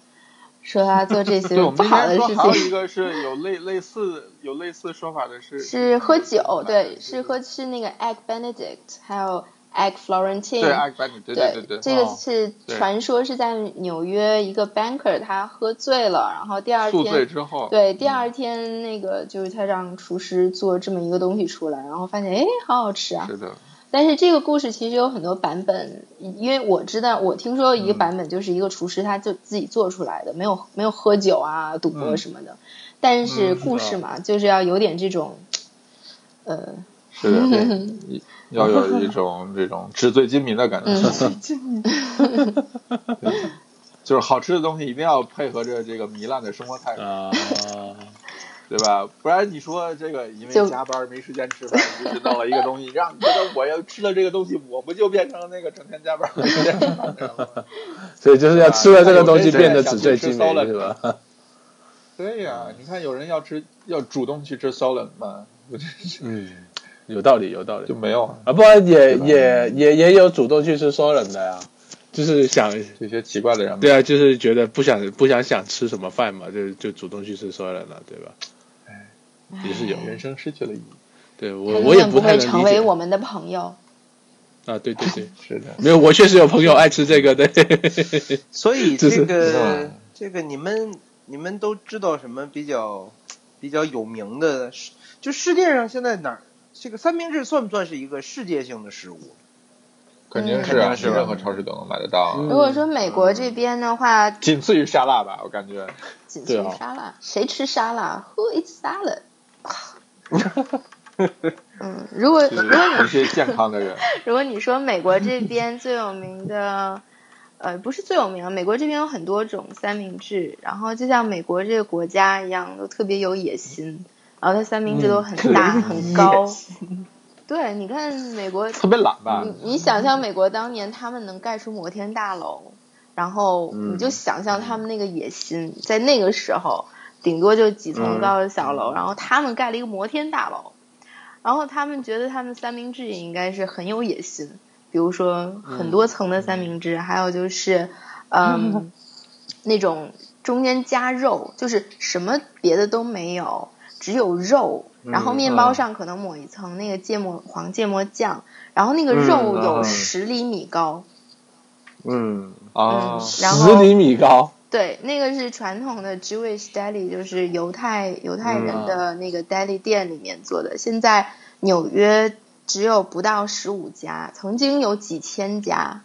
S4: 说他 做这些
S1: 对，我们
S4: 不
S1: 那
S4: 好的
S1: 边说
S4: 事
S1: 还有一
S4: 情，
S1: 个是有类类似有类似说法的是
S4: 是喝
S1: 那个
S4: 酒，对，
S1: 就是
S4: 喝是那个 egg Benedict，还有 egg Florentine，
S1: 对 egg b a n k 对对对对，
S4: 这个
S2: 哦
S4: 是
S1: 对
S4: 传说是在纽约一个 banker 他喝醉了，然后第二
S1: 宿醉
S4: 天。
S1: 之后，嗯
S4: 对，第二天那个就是他让厨师做这么一个东西出来，然后发现哎，好好吃啊！
S1: 是的，
S4: 但是这个故事其实有很多版本，因为我知道我听说一
S2: 嗯
S4: 个版本就是一个厨师他就自己做出来的，没有没有喝酒啊、赌
S2: 嗯
S4: 博什么的。但是
S1: 嗯
S4: 故事嘛，就是要有点这种，呃，
S1: 是的， 对要有一种这种纸醉金迷的感觉。
S4: 嗯，
S1: 对，就是好吃的东西一定要配合着这个糜烂的生活态
S3: 嗯
S1: 度，
S2: 啊，
S1: 对吧？不然你说这个因
S4: 就
S1: 为加班没时间吃饭，你就弄了一个东西，让你觉得我要吃了这个东西，我不就变成那个整天加班没时间吃饭的人了吗？
S2: 所以就是要吃了这个东西
S1: 对
S2: 变得纸醉金迷
S1: 想去吃馊了
S2: 是吧？
S1: 对呀、你看有人要吃，要主动去吃 salad 嘛，我这
S2: 嗯，有道理，有道理
S1: 就。没有啊。
S2: 啊，不然
S1: 对
S2: 也
S1: 吧
S2: 也也也有主动去吃烧冷的呀，就是想，
S1: 这些奇怪的人，
S2: 对啊，就是觉得不想不想想吃什么饭嘛，就就主动去吃烧冷了，对吧？也是有，
S1: 人生失去了意义。
S2: 对
S4: 他
S2: 我
S4: 永
S2: 我也
S4: 远
S2: 不
S4: 不
S2: 太
S4: 会
S2: 能
S4: 成
S2: 理解
S4: 为我们的朋友。
S2: 啊，对对对，
S1: 是的，
S3: 嗯
S2: 没有，我确实有朋友爱吃这个，对，
S3: 所以
S2: 就是
S3: 这个
S1: 嗯
S3: 这个你们你们都知道什么比较比较有名的？就世界上现在哪儿这个三明治算不算是一个世界性的食物？
S1: 肯定是
S3: 肯
S1: 啊，
S3: 定是吧
S1: 任何超市都能买得到啊。
S2: 嗯
S4: 如果说美国这边的话，
S1: 仅次于沙拉吧，我感觉。
S4: 仅次
S2: 对
S4: 于
S2: 啊
S4: 沙拉，谁吃沙拉？Who eats salad？嗯，如果
S1: 就是一些健康的 人，
S4: 如果你说美国这边最有名的， 呃，不是最有名，美国这边有很多种三明治，然后就像美国这个国家一样，都特别有野心，然后它三明治都很大、很高。对，你看美国，
S1: 特别懒吧？嗯
S4: 你你想象美国当年他们能盖出摩天大楼，然后
S1: 嗯
S4: 你就想象他们那个野心，在那个时候，顶多就几
S1: 嗯
S4: 层高的小楼，然后他们盖了一个摩天大楼，然后他们觉得他们三明治也应该是很有野心，比如说很
S1: 嗯
S4: 多层的三明治，还 有就是，嗯，那种中间加肉，就是什么别的都没有，只有肉，
S1: 嗯
S4: 然后面包上可能抹一层那个芥末黄芥末酱，然后那个肉
S1: 嗯
S4: 有
S1: 嗯
S4: 十厘米高，
S1: 嗯
S4: 嗯
S1: 啊，，
S4: 然
S2: 十
S4: 后
S2: 厘米高，
S4: 对，那个是传统的 Jewish deli，就是犹太犹太人的那个 deli 店里面做的。现在纽约只有不到十五家，曾经有几千家，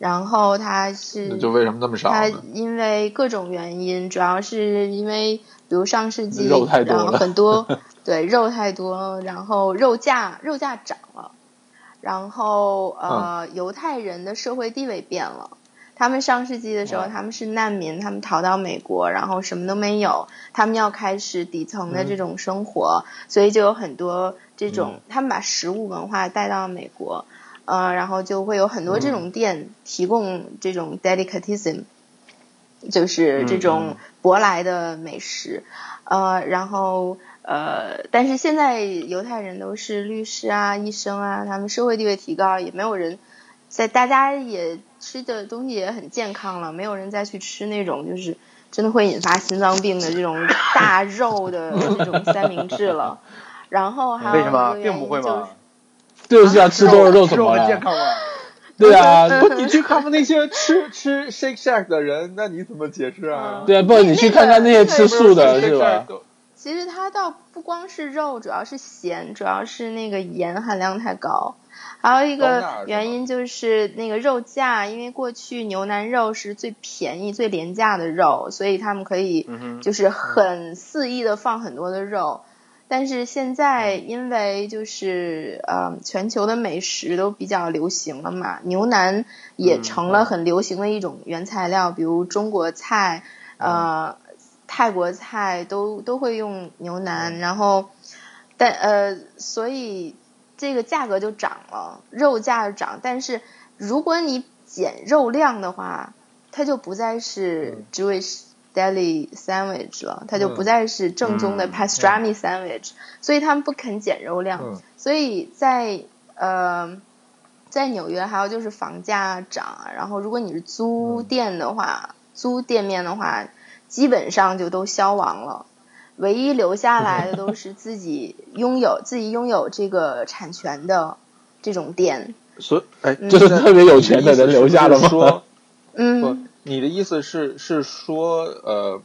S4: 然后它是
S1: 那就为什么那么少
S4: 它
S1: 呢？
S4: 因为各种原因，主要是因为比如上世纪，
S2: 肉太多了
S4: 然后 很多对肉太多，然后肉价肉价涨了，然后呃、
S2: 嗯
S4: 犹太人的社会地位变了。他们上世纪的时候，
S2: 哇
S4: 他们是难民，他们逃到美国，然后什么都没有，他们要开始底层
S2: 嗯
S4: 的这种生活，所以就有很多这种，他们把食物文化带到美国，呃，然后就会有很
S2: 嗯
S4: 多这种店提供这种 delicatessen，、就是
S3: 嗯
S4: 这种舶来的美食，呃，然后呃，但是现在犹太人都是律师啊、医生啊，他们社会地位提高，也没有人在大家也吃的东西也很健康了，没有人再去吃那种就是真的会引发心脏病的这种大肉的这种三明治了。然后还
S3: 为
S4: 有
S3: 什么
S4: 一个原
S3: 并
S4: 因
S3: 不会
S4: 啊就是
S3: 吗？
S2: 就是要吃多少肉怎么
S3: 肉很健
S2: 了？
S3: 康吗？
S2: 对啊，
S1: 不，你去看看那些吃 吃 Shake Shack 的人，那你怎么解释
S4: 嗯
S1: 啊？
S2: 对啊，不，你去看看那些吃素的
S1: 这
S2: 是吧？？
S4: 其实它倒不光是肉，主要是咸，主要是那个盐含量太高。还有一
S1: 高钠是
S4: 个
S1: 吗
S4: 原因就是那个肉价，因为过去牛腩肉是最便宜、最廉价的肉，所以他们可以
S3: 嗯
S1: 嗯
S4: 就是很肆意的放很多的肉。但是现在
S1: 嗯
S4: 因为就是呃，全球的美食都比较流行了嘛，牛腩
S1: 嗯
S4: 也成了很流行的一种原材料，比如中国菜，
S1: 嗯
S4: 呃，泰国菜都都会用牛腩，然后但呃，所以这个价格就涨了，肉价就涨。但是如果你减肉量的话，它就不再是 Jewish deli sandwich 了，它就不再是正宗的 pastrami sandwich，、所以他们不肯减肉量，
S1: 嗯
S4: 所以在呃。在纽约，还有就是房价涨啊，然后如果你是租店的话，租店面的话，基本上就都消亡了。唯一留下来的都是自己拥有自己拥有这个产权的这种店，
S1: 所以哎，
S4: 嗯
S2: 就是
S1: 那
S2: 特别有钱的人留下的
S1: 你意思是不是
S2: 吗
S1: 说？不
S4: 嗯，
S1: 你的意思 是是说呃，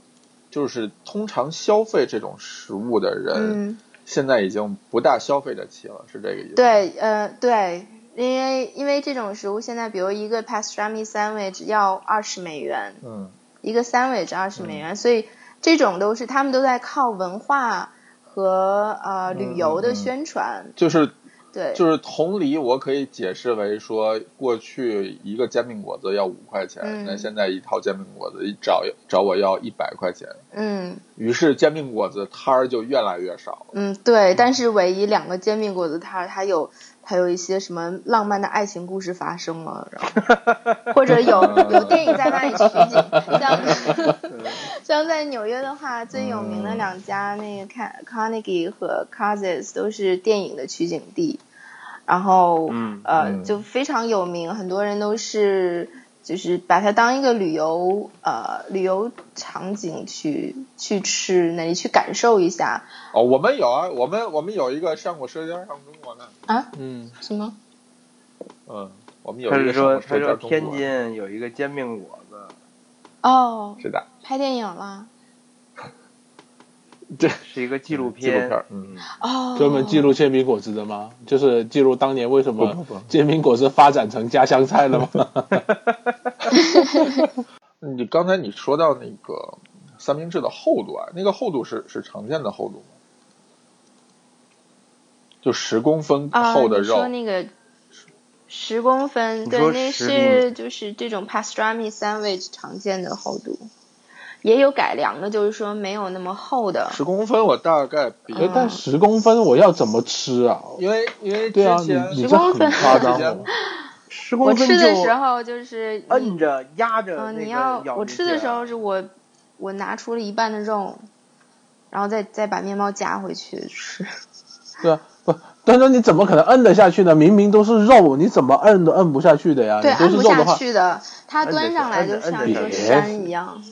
S1: 就是通常消费这种食物的人，
S4: 嗯，
S1: 现在已经不大消费得起了，是这个意思？，
S4: 对，呃，对，因为因为这种食物现在，比如一个 pastrami sandwich 要二十美元，
S1: 嗯
S4: 一个 sandwich 二十美元，所以这种都是他们都在靠文化和呃旅
S1: 嗯
S4: 游
S1: 嗯
S4: 的宣传，
S1: 就是
S4: 对，
S1: 就是同理，我可以解释为说，过去一个煎饼果子要五块钱，
S4: 嗯
S1: 那、现在一套煎饼果子一找找我要一百块钱，
S4: 嗯
S1: 于是煎饼果子摊儿就越来越少了。
S4: 嗯，对，但是唯一两个煎饼果子摊儿，它有它有一些什么浪漫的爱情故事发生了，然后或者有有电影在那里取景，像像在纽约的话，最有名的两家那个看 Carnegie 和 Cousins 都是电影的取景地，然后
S3: 嗯
S4: 呃
S1: 嗯
S4: 就非常有名，很多人都是。就是把它当一个旅游呃旅游场景去去吃，那里去感受一下，
S1: 哦，我们有啊，我们我们有一个上过《舌尖上中国》的，
S2: 嗯，
S4: 什么？
S1: 嗯，我们有
S3: 他
S1: 一个
S3: 是
S1: 上过
S3: 说
S1: 《
S3: 他
S1: 舌尖
S3: 说
S1: 上中国》
S3: 天津有一个煎饼果子，
S4: 哦，
S1: 是的，
S4: 拍电影了。
S3: 是一个纪录
S1: 纪录片
S3: 片，
S1: 儿，嗯，
S4: 哦，
S2: 专门记录煎饼果子的吗？就是记录当年为什
S1: 不
S2: 么
S1: 不不
S2: 煎饼果子发展成家乡菜了吗？
S1: 嗯你刚才你说到那个三明治的厚度啊，那个厚度是是常见的厚度吗？就十公分
S4: 啊，
S1: 厚的
S4: 你
S1: 肉，
S4: 说那个十公分，
S3: 你
S4: 对，
S3: 说10厘
S4: 那是就是这种 pastrami sandwich 常见的厚度，也有改良的，就是说没有那么厚的。
S1: 十公分我大概比，
S2: 哎， 但十公分我要怎么吃啊？
S1: 因为因为之
S2: 对啊，
S1: 前、
S2: 你你
S4: 10
S2: 这
S4: 公
S2: 很
S4: 分
S2: 夸张
S1: 之前
S2: 哦。
S3: 十
S4: 我
S3: 公分
S4: 吃的时
S3: 就
S4: 候就是你
S3: 摁着压着
S4: 嗯、
S3: 那个
S4: 你要
S3: 咬
S4: 我
S3: 进
S4: 吃的
S3: 去
S4: 时候是我我拿出了一半的肉，然后再再把面包夹回去吃。
S2: 对啊，不，但是你怎么可能摁得下去呢？明明都是肉，你怎么摁都摁不下去的呀？
S4: 对，
S2: 你都
S4: 按
S2: 是
S4: 不
S2: 肉的
S4: 下
S2: 话，
S4: 去的，它
S3: 摁着
S4: 端
S3: 去
S4: 上来
S3: 摁着
S4: 就
S3: 摁
S4: 像
S3: 着
S4: 一
S2: 去
S4: 座
S2: 别
S4: 山一样。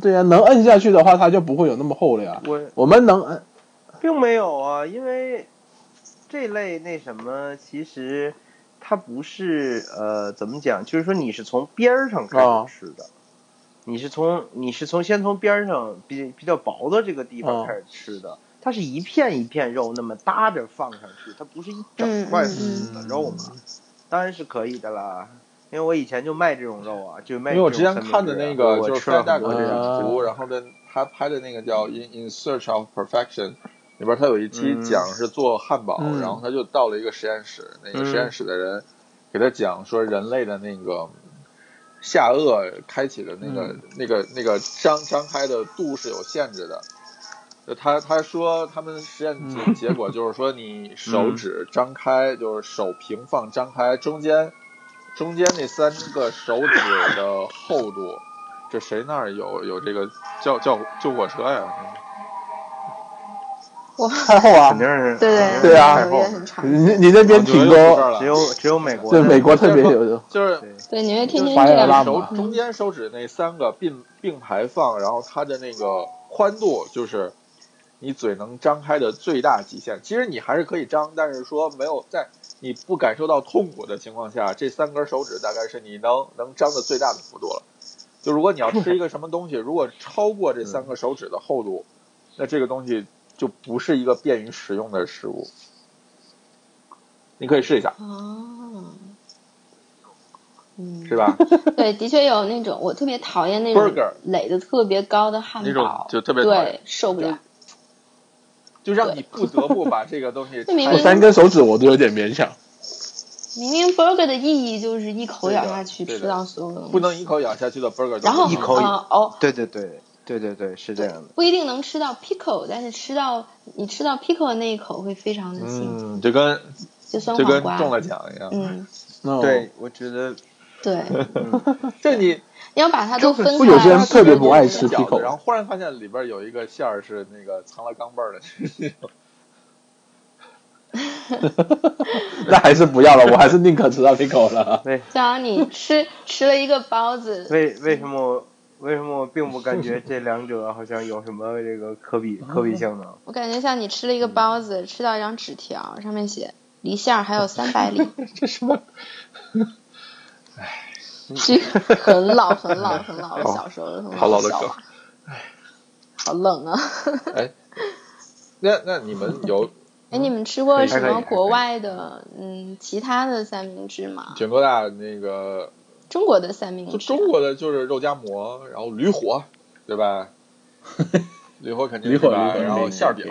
S2: 对呀、能摁下去的话，它就不会有那么厚了呀。
S3: 我
S2: 我们能摁，
S3: 并没有啊，因为这类那什么，其实它不是呃，怎么讲？就是说你是从边儿上开
S1: 啊
S2: 哦
S3: 始吃的，你是从你是从先从边儿上比比较薄的这个地
S2: 哦
S1: 啊
S3: 方开始吃的，它是一片一片肉那么搭着放上去，它不是一整块
S4: 嗯
S1: 嗯
S3: 死的肉嘛，当然是可以的啦。因为我以前就卖这种肉啊，就卖
S1: 因
S3: 这
S1: 为我
S3: 种
S1: 之前
S3: 三明
S1: 看的
S3: 治啊
S1: 那个
S3: 我
S1: 就是
S3: 吃了
S1: 范戴
S3: 很
S1: 尔
S3: 多
S1: 的
S3: 这
S1: 那
S3: 种
S1: 个
S2: 啊
S1: 图，然后呢他拍的那个叫《In In Search of Perfection》，里边他有一期
S3: 嗯
S1: 讲是做汉堡，
S2: 嗯
S1: 然后他就到了一个实验室，那个
S3: 嗯
S1: 实验室的人给他讲说人类的那个下颚开启的那个、那个那个张张开的度是有限制的。就他他说他们实验结结果就是说你手指张开，就是手平放张开，中间中间那三个手指的厚度，这谁那儿有有这个叫叫救火车呀？
S2: 太厚啊
S3: 肯！定是
S4: 对
S3: 肯定是
S2: 对啊
S3: 太
S4: 纽
S3: 厚
S4: 约
S3: 了
S4: 很 长
S2: 你。你那边
S1: 哦纽
S2: 挺
S1: 约就这儿
S2: 多，
S1: 了
S3: 只有只有美国
S2: 对
S3: 的
S2: 美国特别有，
S1: 就是
S3: 对。
S4: 对，纽约天
S1: 就是
S4: 天
S2: 发
S4: 这
S2: 热
S4: 样
S2: 浪。
S1: 手
S2: 嘛
S1: 中间手指那三个并并排放，然后它的那个宽度就是你嘴能张开的最大极限。其实你还是可以张，但是说没有在你不感受到痛苦的情况下，这三根手指大概是你能能张的最大的幅度了。就如果你要吃一个什么东西，如果超过这三个手指的厚度，那这个东西就不是一个便于食用的食物。你可以试一下，
S4: 哦，嗯，
S1: 是？吧？
S4: 对，的确有那种我特别讨厌那种
S1: Burger
S4: 垒的特别高的汉
S1: 那种
S4: 堡，
S1: 就特别讨厌
S4: 对，受不了。
S1: 就让你不得不把这个东 西
S4: 这明
S1: 拆
S2: 我
S4: 明
S2: 三根手指我都有点勉强。
S4: 明明 burger 的意义就是一口
S1: 对的
S4: 咬下去
S1: 对的
S4: 吃到所有东西，
S1: 不能一口咬下去的 burger，
S4: 然后
S1: 都
S3: 一口
S4: 呃哦，
S3: 对对对对对对，是这
S4: 对
S3: 样的。，
S4: 不一定能吃到 pickle，但是吃到你吃到 pickle 的那一口会非常的幸福，
S1: 嗯，就跟
S4: 就酸
S1: 就
S4: 黄
S1: 跟
S4: 瓜。
S1: 中了奖一样。
S4: 嗯，
S1: 哦
S2: 那
S3: 对，我觉得
S4: 对，
S1: 这你哎
S4: 你要把它都分
S2: 不
S4: 开
S2: 有些人
S4: 来
S2: 特别
S4: 吃
S2: 不
S4: 就
S2: 爱
S4: 是
S2: 吃
S1: 饺
S2: pickle
S1: 子，然后忽然发现里边有一个馅儿是那个藏了钢镚儿的，
S2: 那还是不要了，我还是宁可吃到 pickle 了。
S3: 为
S4: 就好像你吃吃了一个包 子，
S3: 为为什么
S1: 嗯
S3: 我为什么我并不感觉这两者好像有什么
S1: 哦
S3: 这个可比可比性呢？
S4: 我感觉像你吃了一个包子，吃到一张纸条，上面写离线儿还有三百里，
S3: 这什么？
S4: 这个 很老很老很老，我
S1: 好
S4: 小时候的很
S1: 好老的
S4: 笑
S1: 梗
S4: 话。好冷啊！
S1: 那那你们有
S4: 哎，
S1: 嗯
S4: 你们吃
S1: 可
S4: 过
S1: 以
S4: 什
S1: 还可以
S4: 么
S1: 还可以
S4: 国外的嗯其他的三明治吗？
S1: 全哥大那个，
S4: 中国的三明
S1: 就
S4: 治，啊
S1: 中国的就是肉夹馍，然后驴火，对 吧？驴火肯定
S2: 驴
S1: 是
S2: 火
S1: 吧，
S2: 驴火
S1: 然后
S2: 嗯
S1: 馅儿饼，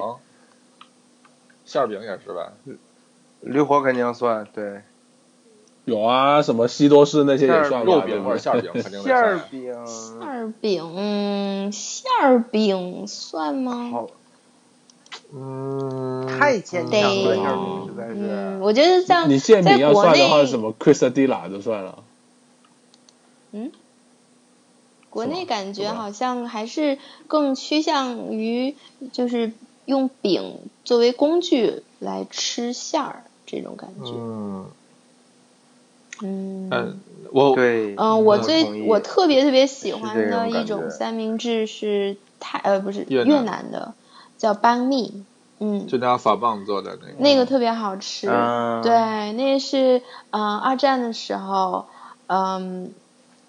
S1: 馅儿饼也是吧？
S3: 驴火肯定算对，
S2: 有啊，什么西多士那些也算吧
S1: 肉
S2: 对
S1: 饼
S2: 不
S1: 或者
S2: 对
S1: 馅儿饼肯定得
S3: 馅儿
S1: 算
S3: 饼
S4: 馅儿饼，馅儿饼算吗？
S3: 好，
S1: 嗯，
S3: 太牵强了，
S4: 得
S3: 馅儿饼实在
S4: 嗯，
S3: 是。
S4: 我觉得像
S2: 你馅饼要算的
S4: 在国
S2: 话，
S4: 内
S2: 什么 Christadilla 就算了。
S4: 国
S2: 是吧
S4: 内感觉
S2: 是吧
S4: 好像还是更趋向于就是用饼作为工具来吃馅儿这种感觉。
S1: 嗯
S4: 嗯
S1: 嗯，我
S3: 对，
S4: 嗯，
S1: 嗯
S3: 呃
S4: 我
S3: 同
S4: 最
S3: 意
S4: 我特别特别喜
S3: 是
S4: 欢
S3: 这种
S4: 的
S3: 感
S4: 一
S3: 觉
S4: 种三明治是泰呃不是
S1: 越
S4: 越
S1: 南
S4: 的，叫班密，嗯，
S1: 就拿法棒做的那个，
S4: 那个特别好吃，
S3: 嗯，
S4: 对，那个是嗯、呃二战的时候，嗯，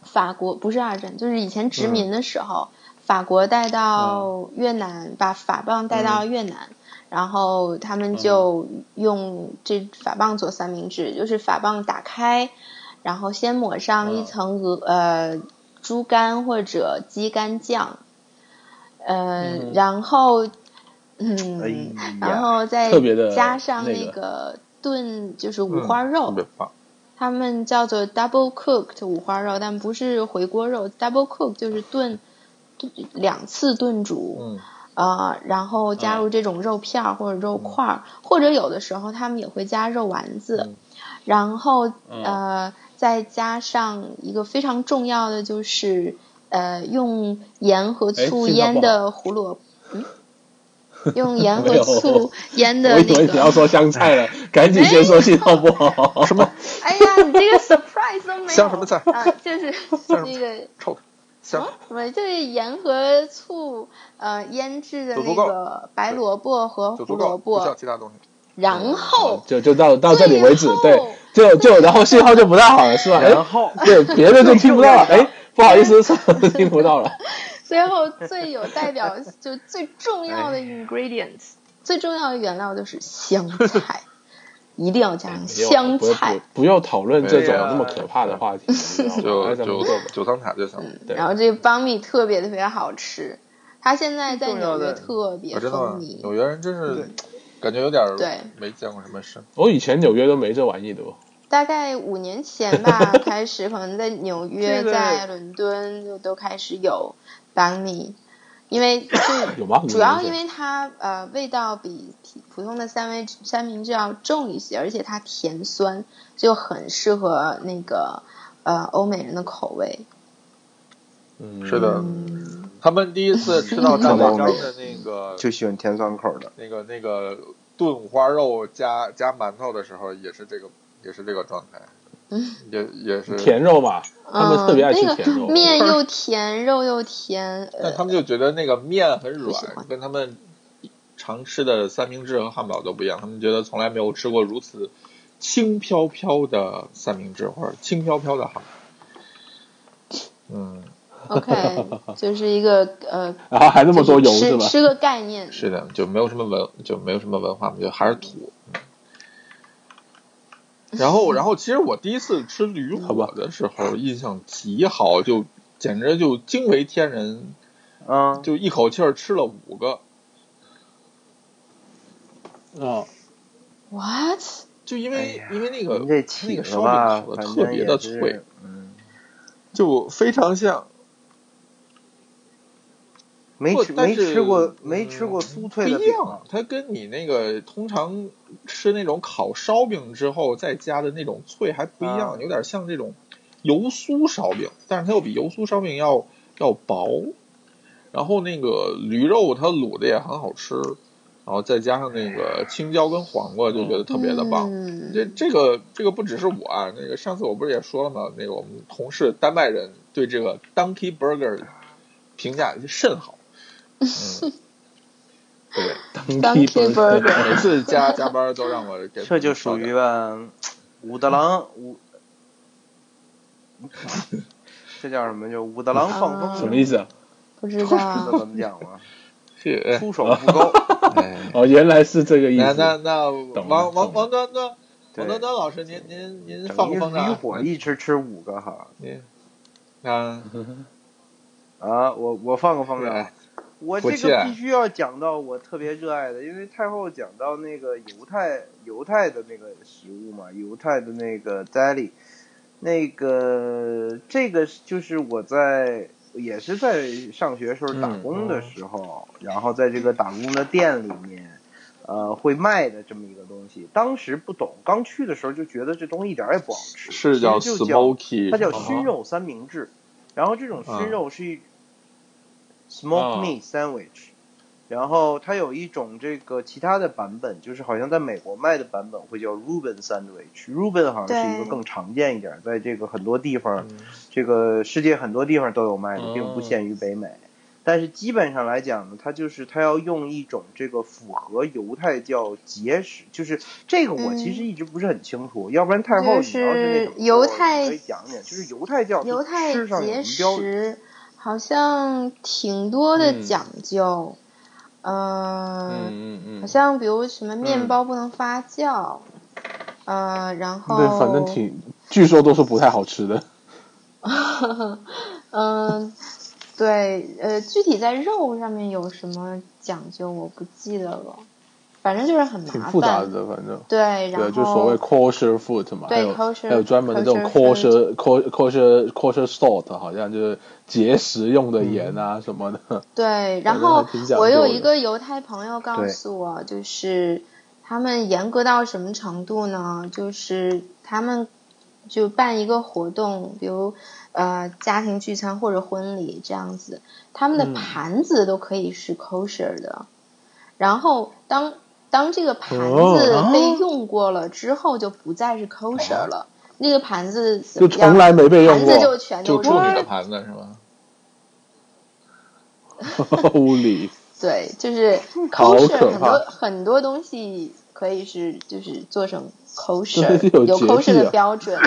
S4: 法国不是二战，就是以前殖
S2: 嗯
S4: 民的时候，法国带到越南，把法棒带到
S2: 嗯
S4: 越南。然后他们就用这法棒做三明治，就是法棒打开，然后先抹上一
S2: 嗯
S4: 层鹅、呃猪肝或者鸡肝酱，呃，
S2: 嗯
S4: 然后嗯，
S3: 哎呀
S4: 然后再
S2: 特别的
S4: 加上
S2: 那
S4: 那
S2: 个
S4: 个炖，就是五
S1: 嗯
S4: 花
S1: 特
S4: 肉，
S1: 别棒。
S4: 他们叫做 double cooked 五花肉，但不是回锅肉，double cook 就是炖炖两次炖煮，
S1: 嗯
S4: 呃，然后加
S2: 嗯
S4: 入这种肉片儿或者肉块儿，或者有的时候他们也会加肉丸子，
S1: 嗯
S4: 然后
S2: 嗯
S4: 呃再加上一个非常重要的就是呃用盐和
S2: 哎
S4: 醋
S2: 信号
S4: 腌
S2: 不好
S4: 的胡萝卜。嗯用盐
S2: 没
S4: 和
S2: 有
S4: 醋腌
S2: 我
S4: 的
S2: 以为
S4: 那
S2: 你要
S4: 个，
S2: 说香菜 了，赶紧先说信号不好。什么？
S4: 哎呀，你这个 surprise 都没有。
S1: 香什么菜
S4: 啊，就是
S1: 香什么
S4: 那个
S1: 臭的，
S4: 什
S1: 香
S4: 么什么，就是盐和醋呃腌制的
S1: 就足
S4: 那
S1: 够
S4: 个白萝卜和
S1: 就
S4: 胡
S1: 足够，
S4: 萝
S1: 不需要
S4: 卜，
S1: 其他东西。
S4: 然后
S2: 就就到到这里为止
S4: 最后，
S2: 对，就就然后信号就不太好了，是吧？哎
S3: 然，后
S2: 对，别的就听不到了，哎，不好意思， 听不 到了。
S4: 最后最有代表就最重要
S1: 哎
S4: 的 ingredients，最重要的原料就是香 菜，一定要加
S1: 哎
S4: 上
S2: 没有
S4: 香
S2: 不不
S4: 菜。
S2: 不要讨论这种
S1: 对啊
S2: 那么可怕的话题，你知道吗？
S1: 就
S2: 哎咱们
S1: 啊就
S2: 做吧
S1: 九层塔就行了。
S4: 嗯，
S2: 对
S4: 然后这个邦蜜特别特别好吃，它现在在
S3: 重要
S4: 纽约
S3: 的
S4: 特别
S1: 我真的吗
S4: 风靡。
S1: 纽约人真是
S3: 对
S1: 感觉有点儿
S4: 对
S1: 没见过什么世面。
S2: 我以前纽约都没这玩意的哦。
S4: 大概五年 前吧，开始可能在纽约、
S3: 这个
S4: 在伦敦就都开始有邦蜜，因 为就
S2: 有吗？
S4: 主要因为它呃味道比比普通的三味三明治要重一些，而且它甜酸，就很适合那个呃欧美人的口味。
S2: 嗯
S1: 是的
S4: 嗯，
S1: 他们第一次吃到大卫章的那个
S3: 就喜欢甜酸口的，
S1: 那个那个炖五花肉加加馒头的时候，也是这个也是这个状态，
S4: 嗯
S1: 也也是。
S2: 甜肉嘛，他们特别爱吃甜肉。
S4: 嗯那个 面又甜，肉又甜，
S1: 但
S4: 呃，
S1: 他们就觉得那个面很
S4: 不喜
S1: 软，
S4: 欢
S1: 跟他们常吃的三明治和汉堡都不一样。他们觉得从来没有吃过如此轻飘飘的三明治或者轻飘飘的汉堡。嗯，
S4: OK，就是一个呃，
S2: 然后还那么多油
S4: 就是
S2: 吧
S4: 吃？吃个概念。
S1: 是的，就没有什么文，就没有什么文化嘛，就还是土。然后，然后，其实我第一次吃驴
S2: 好吧
S1: 火的时候，印象极好，就简直就惊为天人，
S3: 嗯，
S1: 就一口气儿吃了五个，
S2: 啊，
S4: What？
S1: 就因
S3: 哎
S1: 为、
S3: 呀
S1: 因为那个
S3: 您这起
S1: 那个
S3: 子
S1: 烧饼
S3: 吧，
S1: 烤的
S3: 反
S1: 特
S3: 正
S1: 别的
S3: 也是
S1: 脆，，
S3: 嗯，
S1: 就非常像
S3: 没
S1: 不
S3: 吃
S1: 但
S3: 没
S1: 是
S3: 吃过
S1: 嗯
S3: 没吃过酥
S1: 不
S3: 脆
S1: 一
S3: 的饼，啊
S1: 样，它跟你那个通常吃那种烤烧饼之后再加的那种脆还不一样，
S3: 啊
S1: 有点像这种油酥烧饼，但是它又比油酥烧饼要要薄。然后那个驴肉它卤的也很好吃，然后再加上那个青椒跟黄瓜，就觉得特别的棒。
S4: 嗯
S1: 这这个这个不只是我啊，那个上次我不是也说了吗？那个我们同事丹麦人对这个 Donkey Burger 评价甚好。嗯，
S2: 对
S4: ，Donkey Burger
S1: 每次加加班都让我给
S3: 这就属于吧，武大 郎武，这叫什么？就武大郎放风
S4: 啊
S3: 筝，
S2: 什么意思啊？
S4: 不知
S3: 不知 道
S4: 道，
S3: 怎么讲了，
S1: 去。
S3: 出手不 高。
S1: 哎
S2: 哦，原来是这个意
S1: 那那
S2: 思。
S1: 那
S2: 懂了
S1: 王王
S2: 懂了
S1: 王端端，
S3: 对
S1: 王端端老师，您您您放
S3: 整
S1: 个风筝
S3: 一驴火
S1: 啊，
S3: 一吃吃五个哈
S1: 您啊，哎
S3: 啊！我我放个风筝
S1: 对，，
S3: 我
S1: 不
S3: 这
S1: 欠
S3: 个必须要讲到我特别热爱的，因为太后讲到那个犹太犹太的那个食物嘛，犹太的那个 deli，那个这个就是我在也是在上学时候打工的时候，然后在这个打工的店里面，呃，会卖的这么一个东西。当时不懂，刚去的时候就觉得这东西一点儿也不好吃，
S1: 是叫
S3: 其实就叫
S1: Smoky，
S3: 它叫熏肉三明治，然后这种
S1: 嗯
S3: 熏肉是一 smoke
S2: 哦
S3: meat sandwich，然后它有一种这个其他的版本，就是好像在美国卖的版本会叫 Reuben sandwich。Reuben 好像是一个
S4: 对
S3: 更常见一点，在这个很多地方，
S2: 嗯
S3: 这个世界很多地方都有卖的，并不
S2: 哦
S3: 限于北美。但是基本上来讲呢，它就是它要用一种这个符合犹太教节食，就是这个我其实一直不是很清楚，要不然太后你要那什么时候
S4: 嗯就是犹太
S3: 你可以讲讲，就是犹太教
S4: 犹太
S3: 吃上有什
S4: 节
S3: 么标准？
S4: 食好像挺多的
S2: 嗯
S4: 讲究，
S2: 嗯
S4: 嗯
S2: 嗯
S4: 好
S2: 嗯，
S4: 像比如什么
S2: 嗯
S4: 面包不能发酵，呃，然后
S2: 对，反正挺，据说都是不太好吃的。
S4: 嗯，对，呃，具体在肉上面有什么讲究我不记得了，反正就是很
S2: 挺
S4: 麻
S2: 复杂
S4: 烦。
S2: 的，反正
S4: 对，然
S2: 对，
S4: 后
S2: 就所谓 kosher food 嘛，还
S4: 对
S2: 有
S4: kosher-
S2: 还有专门的这种 kosher
S4: kosher
S2: kosher kosher kosher salt，好像就是节食用的盐
S4: 嗯
S2: 啊什么的。
S4: 对，
S2: 反
S4: 然
S2: 正
S4: 后
S2: 还挺讲
S4: 我有
S2: 究
S4: 一
S2: 的
S4: 个犹太朋友告
S3: 对
S4: 诉我，就是他们严格到什么程度呢？就是他们就办一个活动，比如呃家庭聚餐或者婚礼这样子，他们的
S2: 嗯
S4: 盘子都可以是 kosher 的。然后当当这个盘
S2: 哦
S4: 子
S2: 啊
S4: 被用过了之后，就不再是 kosher 了。那个盘子怎
S2: 就
S4: 么样
S2: 从来没被用
S4: 盘 子
S2: 过
S4: 就，全
S1: 就
S4: 都
S1: 住你
S4: 扔
S1: 的
S4: 了。
S1: 盘子是吗？
S2: 无理。
S4: 对，就是
S2: 好
S4: kosher
S2: 可
S4: 很
S2: 怕
S4: 多很多东西可以是就是做成 kosher
S2: 对有节制啊
S4: kosher 的标准，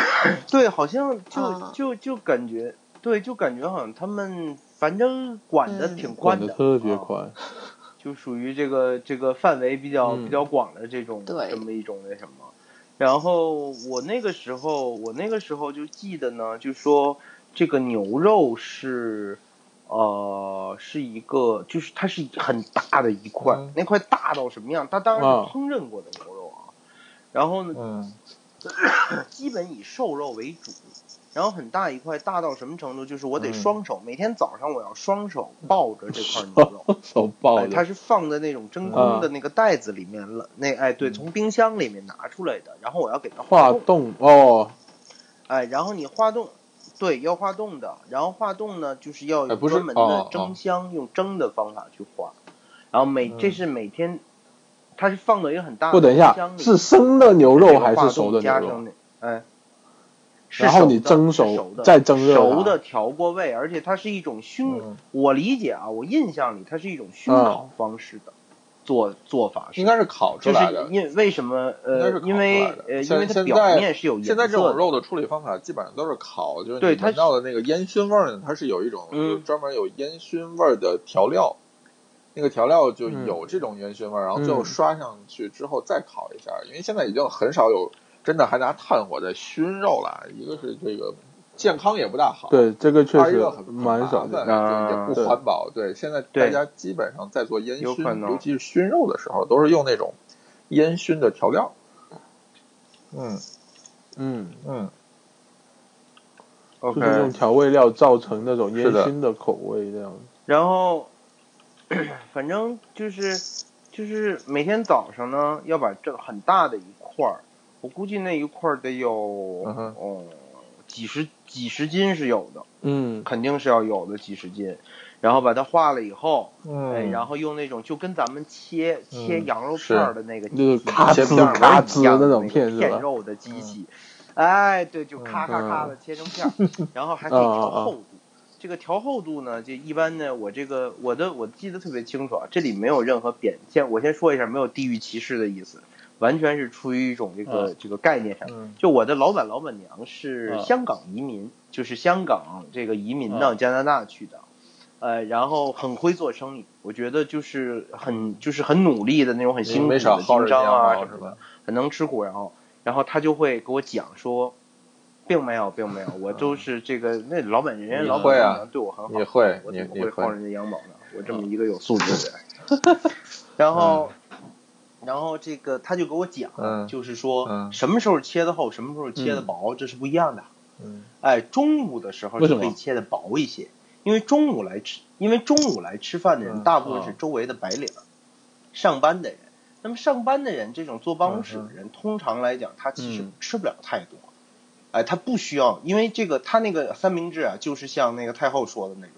S3: 对，好像就、
S4: 嗯
S3: 就就感觉，对，就感觉好像他们反正管的
S4: 嗯
S3: 挺
S2: 管
S3: 宽
S2: 的
S3: 的，
S2: 特别
S3: 啊，
S2: 宽，
S3: 就属于这个这个范围比较、
S2: 嗯
S3: 比较广的这种
S4: 对
S3: 这么一种那什么。然后我那个时候，我那个时候就记得呢，就说这个牛肉是。呃，是一个，就是它是很大的一块，
S1: 嗯
S3: 那块大到什么样？它当然
S2: 哇
S3: 是烹饪过的牛肉啊。然后呢，
S1: 嗯，
S3: 基本以瘦肉为主，然后很大一块，大到什么程度？就是我得
S1: 嗯
S3: 双手，每天早上我要双手抱着这块牛肉，
S2: 手抱
S3: 哎，它
S2: 着。嗯
S3: 是放在那种真空的那个袋子里面了，那哎对，从冰箱里面拿出来的，然后我要给它
S2: 化冻
S3: 冻，
S2: 哦，
S3: 哎，然后你化冻，对，要化冻的，然后化冻呢，就是要
S1: 哎
S3: 有
S1: 不是
S3: 专门
S1: 哦
S3: 的
S1: 哦
S3: 蒸箱，用蒸的方法去化，然后每这是每天，它是放到一个很大
S2: 嗯不，
S3: 的
S2: 等一
S3: 冰
S2: 下
S3: 箱，里，
S2: 是生的牛
S3: 这
S2: 肉
S3: 个
S2: 还
S3: 化
S2: 是熟
S3: 冻
S2: 的
S3: 加
S2: 牛
S3: 上
S2: 肉？
S3: 那哎，是
S2: 然后
S3: 熟
S2: 你
S3: 的
S2: 蒸
S3: 是熟的
S2: 再蒸热
S3: 熟
S2: 它
S3: 的调过味，而且它是一种熏，
S1: 嗯
S3: 我理解啊，我印象里它是一种熏
S2: 嗯
S3: 烤方式的做做法是，
S1: 应该是烤出
S3: 就
S1: 来
S3: 是
S1: 的。
S3: 因为什么
S1: 应该
S3: 呃
S1: 是，烤
S3: 因
S1: 出
S3: 为
S1: 来的
S3: 呃，因
S1: 现
S3: 为它
S1: 现
S3: 表
S1: 在
S3: 面是有颜色
S1: 现
S3: 的，
S1: 在这种肉的处理方法基本上都是烤，就是你
S3: 对它
S1: 闻
S3: 是
S1: 到的那个烟熏味儿呢，它是有一种
S3: 嗯
S1: 有专门有烟熏味儿的调料，那个调料就
S2: 嗯
S1: 有这种烟熏味儿，然后最后
S2: 嗯
S1: 刷上去之后再烤一下，因为现在已经很少有真的还拿炭火在熏肉了，一个是这个健康也不大好，
S2: 对，这个确
S1: 二一
S2: 实
S1: 个很很麻
S2: 蛮少
S1: 烦，
S2: 见。
S1: 就也
S3: 啊
S1: 不
S2: 对
S1: 环保。对，现在大
S3: 对
S1: 家基本上在做烟
S3: 有
S1: 熏
S3: 可，能
S1: 尤其是熏肉的时候，都是用那种烟熏的调料。嗯
S2: 嗯，
S1: 嗯，
S2: 就
S3: OK，
S2: 是用调味料造成那种
S1: 是
S2: 烟
S1: 的
S2: 熏的口味这样。
S3: 然后反正就是就是每天早上呢，要把这很大的一块儿，我估计那一块儿得有、
S1: 嗯哼
S3: 哦几十几十斤是有的，
S2: 嗯
S3: 肯定是要有的几十斤，然后把它化了以后，
S1: 嗯
S3: 哎，然后用那种就跟咱们切切
S1: 嗯
S3: 羊肉
S1: 是
S3: 片儿的那个
S2: 就是
S3: 机器
S2: 咔
S3: 切
S1: 吱
S3: 片儿
S1: 咔
S3: 一
S2: 吱
S3: 样
S2: 那
S3: 的
S2: 种
S3: 个
S2: 片是吧
S3: 片肉的机器，哎，对，就咔咔咔
S2: 嗯
S3: 的切成片儿，然后还可以
S2: 啊
S3: 调
S2: 啊啊
S3: 厚度。这个调厚度呢，就一般呢，我这个我的我记得特别清楚啊，这里没有任何贬，先我先说一下，没有地域歧视的意思，完全是出于一种这
S2: 啊
S3: 个、这个概念上。
S2: 嗯
S3: 就我的老板老板娘是
S2: 嗯
S3: 香港移民，就是香港这个移民
S1: 嗯
S3: 到加拿大去的，呃，然后很会做生意，我觉得就是很就是很努力的那种，很辛苦
S1: 没
S3: 的
S1: 少薅
S3: 经
S1: 人家
S3: 商啊
S1: 毛
S3: 什
S1: 是
S3: 么的
S1: 吧？？
S3: 很能吃苦，然后然后他就会给我讲说，并没有，并没有，我都是这个那老板人家
S1: 嗯你
S3: 老
S1: 会
S3: 板
S1: 啊
S3: 娘对我很好，
S1: 你会
S3: 我
S1: 你
S3: 怎么
S1: 你
S3: 会
S1: 会嗯
S3: 薅人家羊毛呢？我这么一个有素质的人， 然后。然后这个他就给我讲，
S1: 嗯
S3: 就是说、
S1: 嗯
S3: 什么时候切的厚，什么时候切的薄，这是不一样的。
S1: 嗯，
S3: 哎，中午的时候
S2: 为什
S3: 就
S2: 么
S3: 可以切的薄一些，因为中午来吃，因为中午来吃饭的人
S1: 嗯
S3: 大部分
S2: 哦
S3: 是周围的白领儿、上班的人。那么上班的人，这种坐办公室的人，通常来讲，他其实
S1: 嗯
S3: 吃不了太多。哎，他不需要，因为这个他那个三明治啊，就是像那个太后说的那种，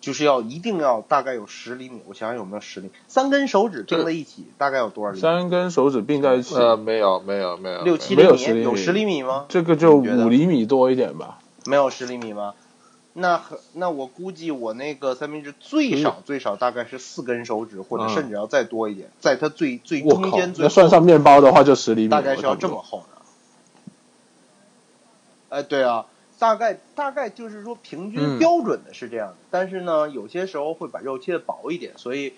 S3: 就是要一定要大概有十厘米，我想想有没有十厘米，三根手指并在一起，大概有多少厘米？
S2: 三根手指并在一起，
S1: 呃，没有没有没有，
S3: 六七
S2: 没
S3: 厘
S2: 有
S3: 米，
S2: 10厘米
S3: 有十厘米吗？
S2: 这个就
S3: 你觉得
S2: 五厘米多一点吧。
S3: 没有十厘米吗？那很，那我估计我那个三明治最少最少大概是四根手指，或者
S1: 嗯
S3: 甚至要再多一点，在它最最
S2: 我
S3: 中
S2: 靠
S3: 间，最
S2: 那算
S3: 后
S2: 上面包的话就十厘米了，
S3: 大概是要这
S2: 差
S3: 么厚的。哎，对啊，大概大概就是说平均
S1: 嗯
S3: 标准的是这样，但是呢，有些时候会把肉切的薄一点，所以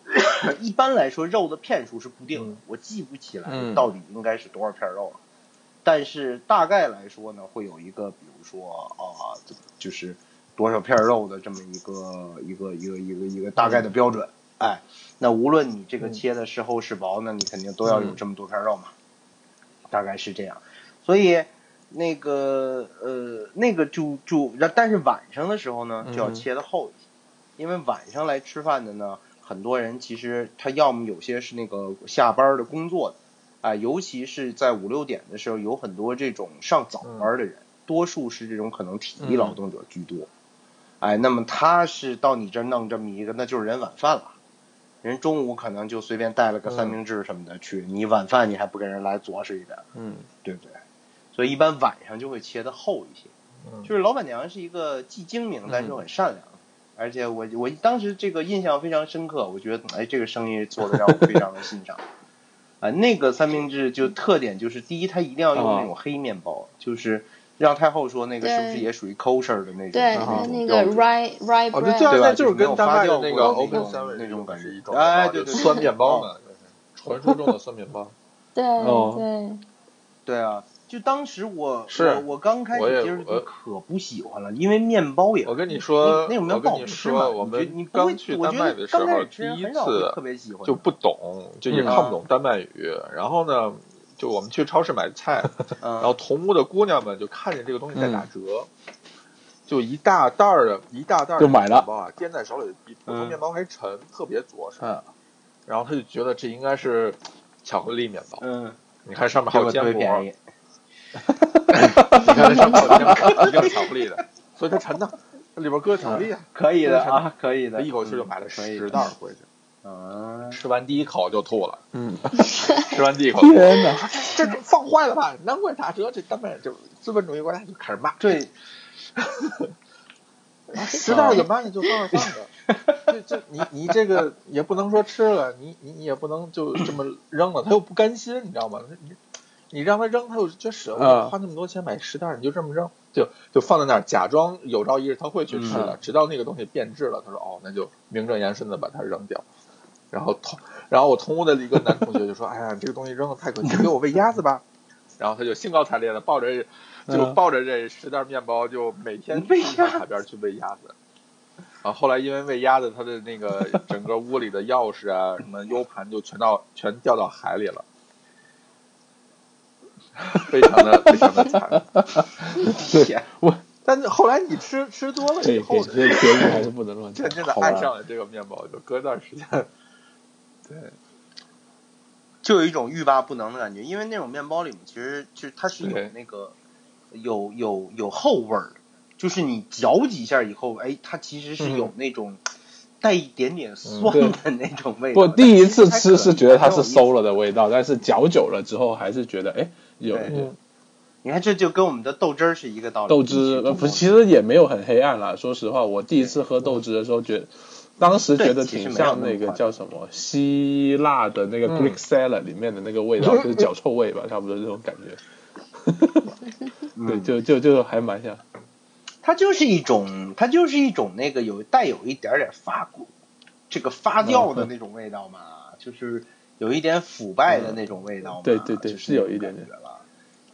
S3: 一般来说肉的片数是固定的，
S1: 嗯
S3: 我记不起来
S1: 嗯
S3: 到底应该是多少片肉了。但是大概来说呢，会有一个，比如说啊、就是多少片肉的这么一个一个一个一个一个大
S1: 嗯
S3: 概的标准。哎，那无论你这个切的是厚是薄，那你肯定都要有
S1: 嗯
S3: 这么多片肉嘛，大概是这样。所以那个呃，那个就就，然但是晚上的时候呢，
S1: 嗯
S3: 就要切的厚一些，因为晚上来吃饭的呢，很多人其实他要么有些是那个下班的工作的，啊、尤其是在五六点的时候，有很多这种上早班的人，多数是这种可能体力劳动者居多。哎，那么他是到你这儿弄这么一个，那就是人晚饭了。人中午可能就随便带了个三明治什么的去，你晚饭你还不给人来啄食一点，
S1: 嗯
S3: 对不对？所以一般晚上就会切的厚一些。
S1: 嗯
S3: 就是老板娘是一个既精明但是又很善良，而且我我当时这个印象非常深刻，我觉得哎这个生意做的让我非常的欣赏。 啊，那个三明治就特点就是，第一，它一定要用那种黑面包，
S1: 嗯
S3: 就是让太后说那个是不是
S4: 对
S3: 也属于 kosher 的那种？
S4: 对，
S3: 那
S4: 它
S3: 种
S4: 那
S3: 标
S4: 个
S3: 准
S4: rye rye
S1: 哦，这
S4: bread，
S1: 这
S3: 对
S1: 样
S3: 吧
S1: 那就是
S3: 就是没有
S1: 跟丹
S3: 发
S1: 麦
S3: 酵
S1: 的那个
S3: 过的那
S1: open
S3: 种
S1: sandwich
S3: 那种感觉
S1: 是一种
S3: 哎
S1: 面包就
S3: 对对哦
S1: 酸
S3: 对
S1: 面包嘛，就是传说中的酸面包。
S4: 对
S2: 哦
S4: 对，
S3: 对啊，就当时我
S1: 是
S3: 我我刚开
S1: 我也
S3: 始接触
S1: 我
S3: 就可不喜欢了，因为面包也
S1: 我跟你
S3: 那
S1: 说，
S3: 那种
S1: 我
S3: 面
S1: 跟
S3: 包
S1: 你
S3: 不吃嘛，
S1: 说，我
S3: 你觉得你
S1: 们
S3: 不会
S1: 刚去
S3: 我
S1: 丹
S3: 觉
S1: 麦
S3: 得
S1: 的时
S3: 刚开
S1: 候，
S3: 始吃
S1: 第一
S3: 很少会
S1: 次
S3: 特别喜欢的，
S1: 就不懂，就也
S2: 嗯
S1: 看不懂丹麦语。然后呢，就我们去超市买菜，然后
S3: 嗯
S1: 同屋的姑娘们就看见这个东西在打折，就一大袋儿的，一大袋儿的
S2: 就买了
S1: 面包啊，掂在手里比普通
S3: 嗯
S1: 面包还沉，特别着实。
S2: 嗯
S1: 然后他就觉得这应该是巧克力面包，
S3: 嗯，
S1: 你看上面还
S3: 结
S1: 有
S3: 果特
S1: 坚
S3: 别
S1: 果，
S3: 便宜，
S1: 你看它上面还有坚果，你看巧克力的，所以它沉呐，它里边搁巧克力啊，
S3: 可以的
S1: 真的
S3: 啊，可以
S1: 他
S3: 的，
S1: 一口气就买
S3: 嗯
S1: 了
S3: 可以
S1: 十
S3: 的
S1: 袋儿回去。
S3: 啊，
S1: 吃完第一口就吐了，
S2: 嗯，
S1: 吃完第一口，
S2: 天哪！
S1: 这这放坏了吧？难怪打折，这丹麦就资本主义国家就开始骂，
S3: 对，
S1: 十
S2: 啊
S1: 袋怎么办呢？就放着放着。 这这你你这个也不能说吃了，你你你也不能就这么扔了，他又不甘心，你知道吗？你你让他扔，他又觉得舍不得，
S2: 啊
S1: 花那么多钱买十袋，你就这么扔，就就放在那儿，假装有朝一日他会去吃
S2: 嗯
S1: 的，直到那个东西变质了，他说哦，那就名正言顺的把它扔掉。然后同，然后我同屋的一个男同学就说：“ 哎呀，这个东西扔的太可惜，给我喂鸭子吧。” 然后他就兴高采烈的抱着就
S2: 嗯
S1: 抱着这十袋面包，就每天
S3: 喂
S1: 冲上
S3: 鸭
S1: 海边去喂鸭子。啊，后来因为喂鸭子，他的那个 整个屋里的钥匙啊，什么 U 盘就全到全掉到海里了，非常的非常的惨。
S3: 天，
S1: 但是后来你吃吃多了
S2: 可以
S1: 以
S2: 可
S1: 后
S2: 以，
S1: 呢，
S2: 这个节目还是不能乱讲
S1: 渐渐的，
S2: 好吧
S1: 爱上了这个面包，就隔段时间，对，
S3: 就有一种欲罢不能的感觉，因为那种面包里面其实就是它是有
S1: 对
S3: 那个有有有后味儿的，就是你嚼几下以后，哎，它其实是有那种带一点点酸
S2: 嗯
S3: 的那种味道。
S2: 不，第一次
S3: 但其实还可
S2: 吃
S3: 以
S2: 是觉得它是
S3: 很有意 思
S2: 馊了的味道，但是嚼久了之后还是觉得哎有一
S3: 对
S2: 点。
S3: 你看这就跟我们的豆汁儿是一个道理。
S2: 豆汁呃不，其实也没有很黑暗啦。说实话，我第一次喝豆汁的
S3: 嗯
S2: 时候，觉得当时觉得挺像那个叫什么希腊的那个
S3: 嗯
S2: Greek salad 里面的那个味道，就是脚臭 味吧，差不多这种感觉。对，
S3: 嗯，
S2: 就就就还蛮像。
S3: 它就是一种，它就是一种那个有带有一点点发过这个发酵的那种味道嘛，就是有一点腐败的那种味道嘛。
S2: 对对对
S3: 就是
S2: 有一点点
S3: 那种感觉了。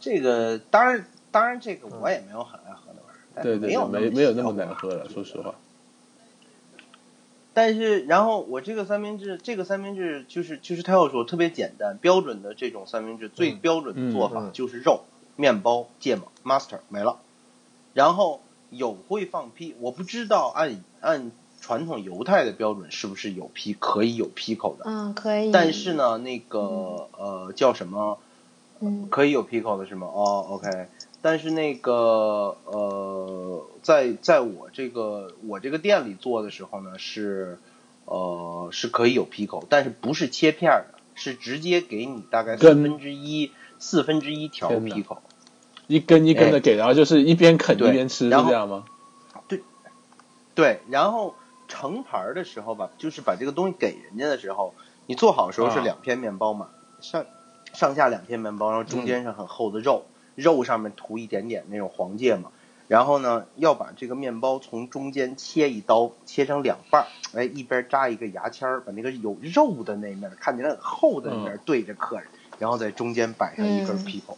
S3: 这个当然，当然这个我也没有很爱喝那玩意儿，但
S2: 对
S3: 是
S2: 对，对
S3: 有
S2: 没
S3: 哎没
S2: 没有那么难喝了，说实话。
S3: 但是，然后我这个三明治，这个三明治就是就是它要说特别简单标准的这种三明治，最标准的做
S2: 嗯
S3: 法
S2: 嗯
S3: 就是肉、面包、芥末、master 没了，然后有会放屁，我不知道按按传统犹太的标准是不是有批可以有批口的，
S4: 嗯，可以。
S3: 但是，呢，那个呃叫什么
S4: 嗯，
S3: 可以有 pickle 的是吗？哦，OK。但是那个呃，在在我这个我这个店里做的时候呢，是呃是可以有 pickle，但是不是切片儿的，是直接给你大概四
S2: 根
S3: 分之一四分之一条
S2: 天哪
S3: pickle。
S2: 一根一根的给，然后就是一边啃一
S3: 哎对
S2: 边吃，是
S3: 然后
S2: 这样吗？
S3: 对，然后盛盘儿的时候吧，就是把这个东西给人家的时候，你做好的时候是
S2: 啊
S3: 两片面包嘛，上上下两片面包，然后
S2: 嗯
S3: 中间是很厚的肉，肉上面涂一点点那种黄芥末，然后呢要把这个面包从中间切一刀，切成两半儿，哎，一边扎一个牙签儿，把那个有肉的那面儿看起来很厚的那
S2: 嗯
S3: 面儿对着客人，然后在中间摆上一根
S4: 嗯
S3: p i c o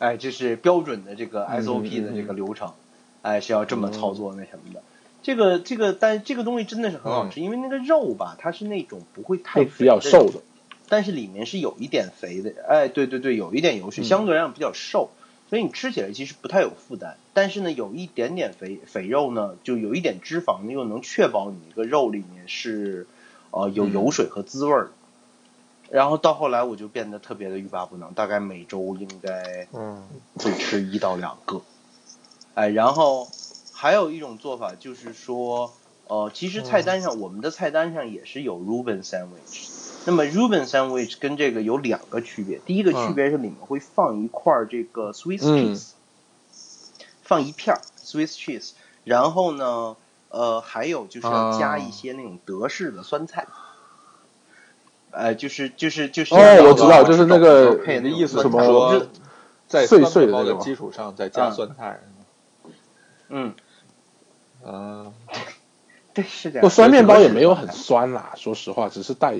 S3: 哎，这是标准的这个
S2: 嗯
S3: SOP
S2: 嗯
S3: 的这个
S2: 嗯
S3: 流程，哎，是要这么操作那什么的。这个这个，但这个东西真的是很好吃，因为那个肉吧，它是那种不会太
S2: 就
S3: 肥
S2: 嗯比较
S3: 的
S2: 瘦
S3: 肉，
S2: 的，
S3: 但是里面是有一点肥的，哎，对对对，有一点油脂，
S2: 嗯
S3: 相对来讲比较瘦，所以你吃起来其实不太有负担。但是呢，有一点点肥肥肉呢，就有一点脂肪呢，又能确保你那个肉里面是呃有
S2: 嗯
S3: 油水和滋味儿的。然后到后来我就变得特别的欲罢不能，大概每周应该
S1: 嗯，
S3: 会吃一到两个。哎，然后还有一种做法就是说，呃，其实菜单上、我们的菜单上也是有 Reuben sandwich。那么 Reuben sandwich 跟这个有两个区别，第一个区别是里面会放一块儿这个 Swiss
S2: 嗯
S3: cheese，、放一片儿 Swiss cheese，然后呢，呃，还有就是
S2: 啊
S3: 要加一些那种德式的酸菜。呃，就是就是就是
S2: 哦
S3: 要
S2: 我知道就是那个
S3: 然后配
S1: 你的
S3: 那种
S1: 意思是
S2: 什
S3: 酸菜
S1: 嗯说
S2: 么，
S1: 在
S2: 碎
S1: 酸
S2: 碎
S1: 面
S2: 的
S1: 包
S2: 那
S1: 的
S2: 种
S1: 基础上再加
S3: 嗯
S1: 酸菜是
S3: 嗯，
S1: 吗？啊，
S3: 对，是这
S2: 不
S3: 样。
S2: 过酸面包也没有
S3: 德式
S2: 很
S3: 的
S2: 酸啦，说实话，只是带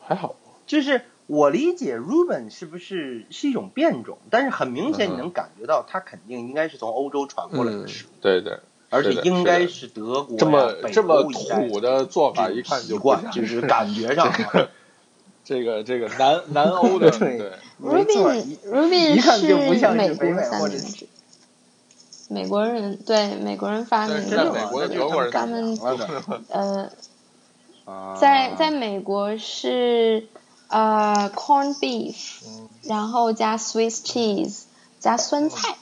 S2: 还好。
S3: 就是我理解 Ruben 是不是是一种变种，但是很明显你
S1: 嗯
S3: 能感觉到它肯定应该是从欧洲传过来的食物，
S1: 对对，
S3: 而且
S1: 嗯是的
S3: 应该
S1: 是的
S3: 是德国呀
S1: 这么
S3: 北
S1: 这么
S3: 欧一带
S1: 土的做法，一
S3: 这种
S1: 看
S3: 习
S1: 就不
S3: 惯，
S1: 像
S3: 就是感觉上啊，
S1: 这个这个南南欧的
S3: 对
S1: 对，
S3: 没错，
S4: Rubin
S3: 一
S4: Rubin
S3: 一看就不像是
S4: 美
S3: 北
S4: 国
S3: 美
S4: 三
S3: 或者
S4: 明治，美国人对美国人发
S1: 但
S4: 明
S1: 是在
S3: 真的
S1: 美
S3: 吗
S4: 的。
S1: 国
S3: 那
S1: 的
S3: 就是
S1: 德国人
S4: 他们
S1: 怎么想 的
S4: 呃，
S3: 啊
S4: 在在美国是呃 corn beef，然
S3: 嗯
S4: 后加 Swiss cheese 加酸菜，